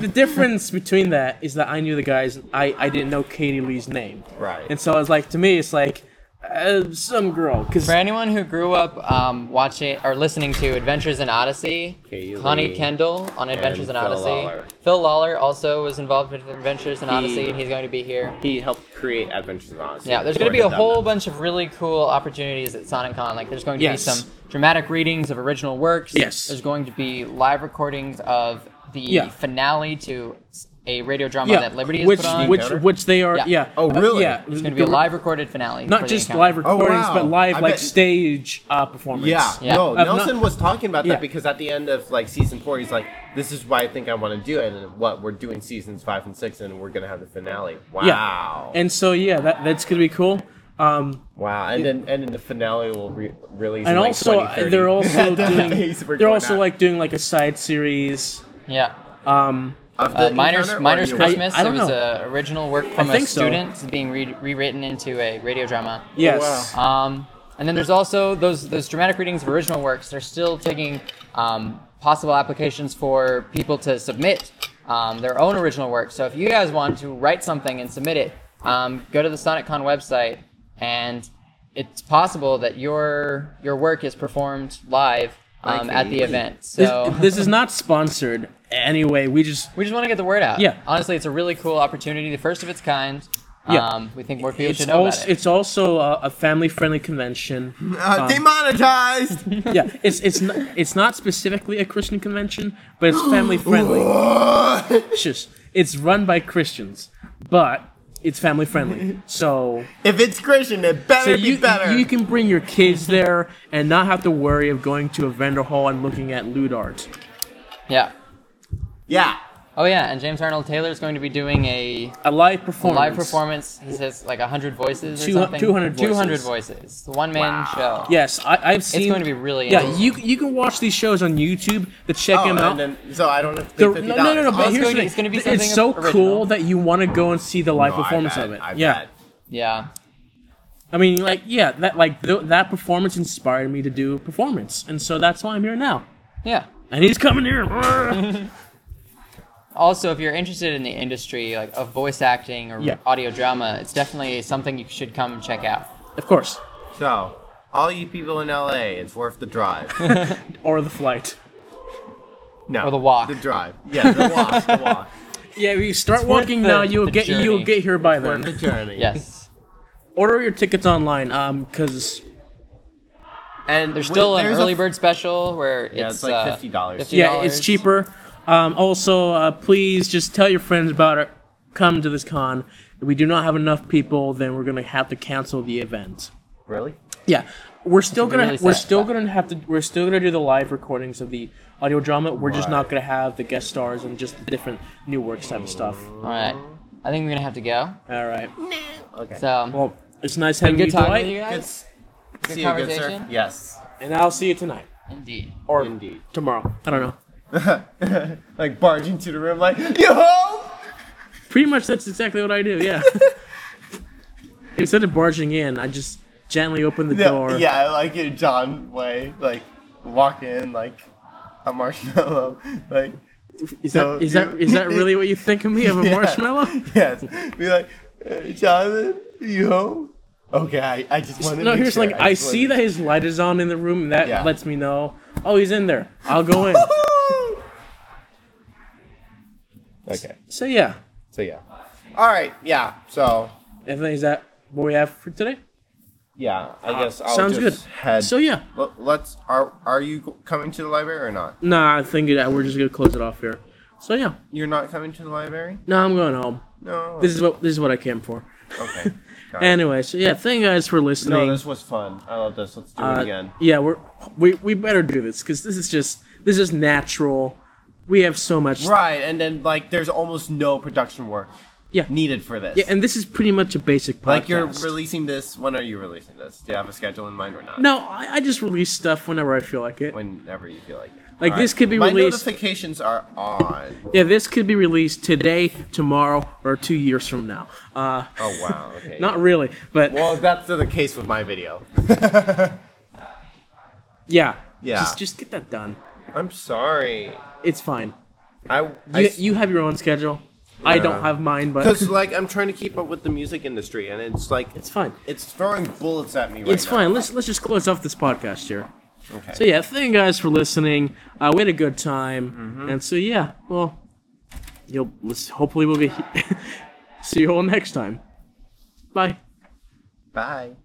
Speaker 1: [LAUGHS] the difference between that is that I knew the guys. I I didn't know Katie Lee's name.
Speaker 2: Right.
Speaker 1: And so I was like, to me, it's like uh, some girl because
Speaker 3: For anyone who grew up um, watching or listening to Adventures in Odyssey,
Speaker 2: Katie
Speaker 3: Connie
Speaker 2: Lee
Speaker 3: Kendall on Adventures in
Speaker 2: Phil
Speaker 3: Odyssey.
Speaker 2: Lawler.
Speaker 3: Phil Lawler also was involved with Adventures in Odyssey, and he's going to be here.
Speaker 2: He helped create Adventures in Odyssey.
Speaker 3: Yeah, there's going to be a whole bunch of really cool opportunities at Sonic Con. Like, there's going to
Speaker 1: Yes.
Speaker 3: be some dramatic readings of original works.
Speaker 1: Yes.
Speaker 3: There's going to be live recordings of the
Speaker 1: Yeah.
Speaker 3: finale to a radio drama
Speaker 1: yeah,
Speaker 3: that Liberty has
Speaker 1: which
Speaker 3: put on.
Speaker 1: which
Speaker 2: Encounter?
Speaker 1: which they are.
Speaker 3: Yeah.
Speaker 1: Yeah.
Speaker 2: Oh,
Speaker 1: Uh,
Speaker 2: really? Oh,
Speaker 1: yeah.
Speaker 3: It's going to be a live recorded finale. for
Speaker 1: Not
Speaker 3: the
Speaker 1: just
Speaker 3: encounter.
Speaker 1: live recordings,
Speaker 2: wow.
Speaker 1: but live
Speaker 2: I
Speaker 1: like
Speaker 2: bet-
Speaker 1: stage uh, performance.
Speaker 2: Yeah,
Speaker 3: Yeah.
Speaker 2: no,
Speaker 1: I've
Speaker 2: Nelson was talking about
Speaker 1: Yeah.
Speaker 2: that because at the end of like season four, he's like, "This is why I think I want to do it, and what we're doing seasons five and six, and we're gonna have the finale." Wow,
Speaker 1: Yeah. And so yeah, that that's gonna be cool. Um,
Speaker 2: wow, and then and then the finale will re- release.
Speaker 1: and
Speaker 2: in, like,
Speaker 1: also uh,
Speaker 2: 2030. [LAUGHS]
Speaker 1: they're also
Speaker 2: That
Speaker 1: doing
Speaker 2: is- we're
Speaker 1: they're
Speaker 2: going
Speaker 1: also
Speaker 2: on.
Speaker 1: like doing like a side series.
Speaker 2: Oh,
Speaker 3: Yeah.
Speaker 1: Um,
Speaker 2: Of
Speaker 3: Uh,
Speaker 2: the
Speaker 3: Miner's,
Speaker 2: encounter or
Speaker 3: Miner's
Speaker 2: you-
Speaker 3: Christmas.
Speaker 1: I- I
Speaker 3: there
Speaker 1: don't
Speaker 3: was
Speaker 1: know.
Speaker 3: a original work from a
Speaker 1: think so.
Speaker 3: student being re- rewritten into a radio drama.
Speaker 1: yes,
Speaker 3: Um, and then there's also those those dramatic readings of original works. They're still taking um, possible applications for people to submit um, their own original works. So if you guys want to write something and submit it, um, go to the SonicCon website, and it's possible that your your work is performed live um,
Speaker 2: Like
Speaker 3: at the
Speaker 2: me.
Speaker 3: event.
Speaker 1: This-
Speaker 3: So
Speaker 1: this is not sponsored anyway. We just
Speaker 3: we just want to get the word out.
Speaker 1: Yeah.
Speaker 3: honestly, it's a really cool opportunity, the first of its kind.
Speaker 1: Yeah.
Speaker 3: Um, we think more people
Speaker 1: it's
Speaker 3: should know
Speaker 1: also
Speaker 3: about it.
Speaker 1: it's also a, a family friendly
Speaker 3: [LAUGHS]
Speaker 1: convention.
Speaker 2: Uh, demonetized.
Speaker 1: [LAUGHS] yeah, it's it's not, it's not specifically a Christian convention, but
Speaker 3: [GASPS]
Speaker 1: it's family friendly.
Speaker 2: What?
Speaker 1: It's just- It's run by Christians, but it's family friendly.
Speaker 3: [LAUGHS]
Speaker 1: So
Speaker 2: [LAUGHS] If it's Christian, it better
Speaker 1: so you
Speaker 2: be better.
Speaker 1: you can bring your kids there and not have to worry of going to a vendor hall and looking at lewd art.
Speaker 3: Yeah.
Speaker 2: yeah.
Speaker 3: Oh yeah, and James Arnold Taylor is going to be doing a
Speaker 1: A live performance.
Speaker 3: live performance. He says like hundred voices or
Speaker 1: Two-
Speaker 3: something.
Speaker 1: 200 voices.
Speaker 3: 200 voices. One man show.
Speaker 1: Yes, I, I've seen.
Speaker 3: going to be really
Speaker 1: Yeah,
Speaker 3: interesting.
Speaker 1: you you can watch these shows on YouTube to check
Speaker 2: Oh,
Speaker 1: them out.
Speaker 2: and then, so I don't have to pay
Speaker 1: The-
Speaker 2: $50.
Speaker 1: no, no, no, no.
Speaker 2: Oh,
Speaker 1: But here's the
Speaker 3: going to-
Speaker 1: thing:
Speaker 3: it's going to be something
Speaker 1: It's so
Speaker 3: original.
Speaker 1: cool that you want to go and see the live
Speaker 2: I
Speaker 1: performance
Speaker 2: bet,
Speaker 1: of it.
Speaker 2: I
Speaker 1: yeah,
Speaker 2: bet.
Speaker 3: Yeah.
Speaker 1: I mean, like, yeah, that like th- that performance inspired me to do performance, and so that's why I'm here now.
Speaker 3: Yeah.
Speaker 1: And he's coming here. [LAUGHS]
Speaker 3: Also, if you're interested in the industry like of voice acting or
Speaker 1: Yeah.
Speaker 3: audio drama, it's definitely something you should come check out.
Speaker 1: of course,
Speaker 2: So, all you people in LA, it's worth the
Speaker 3: [LAUGHS]
Speaker 2: drive.
Speaker 1: or the flight.
Speaker 2: No.
Speaker 3: Or the walk.
Speaker 2: The drive. Yeah, the walk.
Speaker 3: [LAUGHS]
Speaker 2: the walk.
Speaker 1: Yeah, if you start
Speaker 3: It's worth
Speaker 1: walking
Speaker 3: the-
Speaker 1: now, you'll
Speaker 3: the
Speaker 1: get
Speaker 3: journey.
Speaker 1: you'll get here by
Speaker 2: Worth the
Speaker 1: then.
Speaker 2: journey.
Speaker 3: Yes.
Speaker 1: Order your tickets online, um, because
Speaker 2: And
Speaker 3: There's still an early
Speaker 2: a,
Speaker 3: bird special where it's,
Speaker 2: it's like
Speaker 3: uh,
Speaker 2: $50.
Speaker 1: yeah, it's cheaper. Um, also, uh, please just tell your friends about it. Come to this con. If we do not have enough people, then we're gonna have to cancel the event.
Speaker 2: Really?
Speaker 1: Yeah, we're still
Speaker 3: That's
Speaker 1: gonna
Speaker 3: really
Speaker 1: we're
Speaker 3: sad,
Speaker 1: still
Speaker 3: but-
Speaker 1: gonna have to we're still gonna do the live recordings of the audio drama. We're just not gonna have the guest stars and just the different new works type of stuff.
Speaker 3: All right. I think we're gonna have to go.
Speaker 1: All right.
Speaker 2: Okay.
Speaker 3: So
Speaker 1: Well, it's nice having
Speaker 3: good
Speaker 1: you,
Speaker 3: talking
Speaker 1: Dwight,
Speaker 3: with you guys.
Speaker 2: good, s-
Speaker 3: Good
Speaker 2: see you, good sir.
Speaker 3: conversation.
Speaker 2: Yes.
Speaker 1: and I'll see you tonight
Speaker 3: Indeed.
Speaker 1: or
Speaker 2: Indeed.
Speaker 1: tomorrow. I don't know.
Speaker 2: [LAUGHS] Like barge into the room, like you home?
Speaker 1: Pretty much that's exactly what I do. Yeah. Instead of barging in, I just gently open the
Speaker 2: No,
Speaker 1: door.
Speaker 2: yeah, like in John way, like walk in like a marshmallow, [LAUGHS] like
Speaker 1: Is
Speaker 2: So
Speaker 1: that is that
Speaker 2: you-
Speaker 1: is
Speaker 2: [LAUGHS]
Speaker 1: that really what you think of me? I'm a
Speaker 2: yeah, [LAUGHS]
Speaker 1: marshmallow.
Speaker 2: Yes, be like uh, Jonathan, you home? Okay, I, I just wanted.
Speaker 1: No,
Speaker 2: to
Speaker 1: here's
Speaker 2: check.
Speaker 1: like I
Speaker 2: just
Speaker 1: see that
Speaker 2: wanted
Speaker 1: his light is on in the room, and that
Speaker 2: Yeah.
Speaker 1: lets me know. Oh, he's in there. I'll go
Speaker 2: [LAUGHS]
Speaker 1: in.
Speaker 2: to- Okay,
Speaker 1: so yeah,
Speaker 2: so yeah. All right, yeah. So
Speaker 1: I think is that what we have for today.
Speaker 2: yeah, I guess I'll
Speaker 1: Uh, sounds
Speaker 2: just
Speaker 1: good.
Speaker 2: head.
Speaker 1: So yeah,
Speaker 2: Let- let's. Are are you g- coming to the library or not?
Speaker 1: nah, I think that we're just gonna close it off here. So yeah,
Speaker 2: You're not coming to the library?
Speaker 1: no, I'm going home.
Speaker 2: No.
Speaker 1: This is what this is what I came for. [LAUGHS]
Speaker 2: okay. got it.
Speaker 1: Anyway, so yeah, thank you guys for
Speaker 2: No,
Speaker 1: listening.
Speaker 2: this was fun. I love this. Let's do
Speaker 1: Uh,
Speaker 2: it again.
Speaker 1: Yeah, we're we we better do this because this is just this is natural. We have so much.
Speaker 2: Right, and then like there's almost no production work
Speaker 1: Yeah.
Speaker 2: needed for this.
Speaker 1: Yeah, and this is pretty much a basic podcast.
Speaker 2: like you're releasing this. When are you releasing this? Do you have a schedule in mind or not?
Speaker 1: No, I, I just release stuff whenever I feel like it.
Speaker 2: Whenever you feel like. it.
Speaker 1: Like, this could be
Speaker 2: My
Speaker 1: released-
Speaker 2: notifications are on.
Speaker 1: Yeah, this could be released today, tomorrow, or two years from now. Uh,
Speaker 2: Oh wow. Okay.
Speaker 1: not really, but
Speaker 2: well, that's the case with my video.
Speaker 1: yeah,
Speaker 2: Yeah.
Speaker 1: Just, just get that done.
Speaker 2: I'm sorry.
Speaker 1: It's fine.
Speaker 2: I.
Speaker 1: You, you have your own schedule. I don't have mine, but
Speaker 2: Because like I'm trying to keep up with the music industry, and it's like
Speaker 1: it's fine.
Speaker 2: it's throwing bullets at me right
Speaker 1: It's
Speaker 2: now.
Speaker 1: fine. Let's let's just close off this podcast here.
Speaker 2: Okay.
Speaker 1: So yeah, thank you guys for listening. Uh, we had a good time,
Speaker 2: Mm-hmm.
Speaker 1: and so yeah, well, you'll let's, hopefully [LAUGHS] we'll be see you all next time. Bye.
Speaker 2: Bye.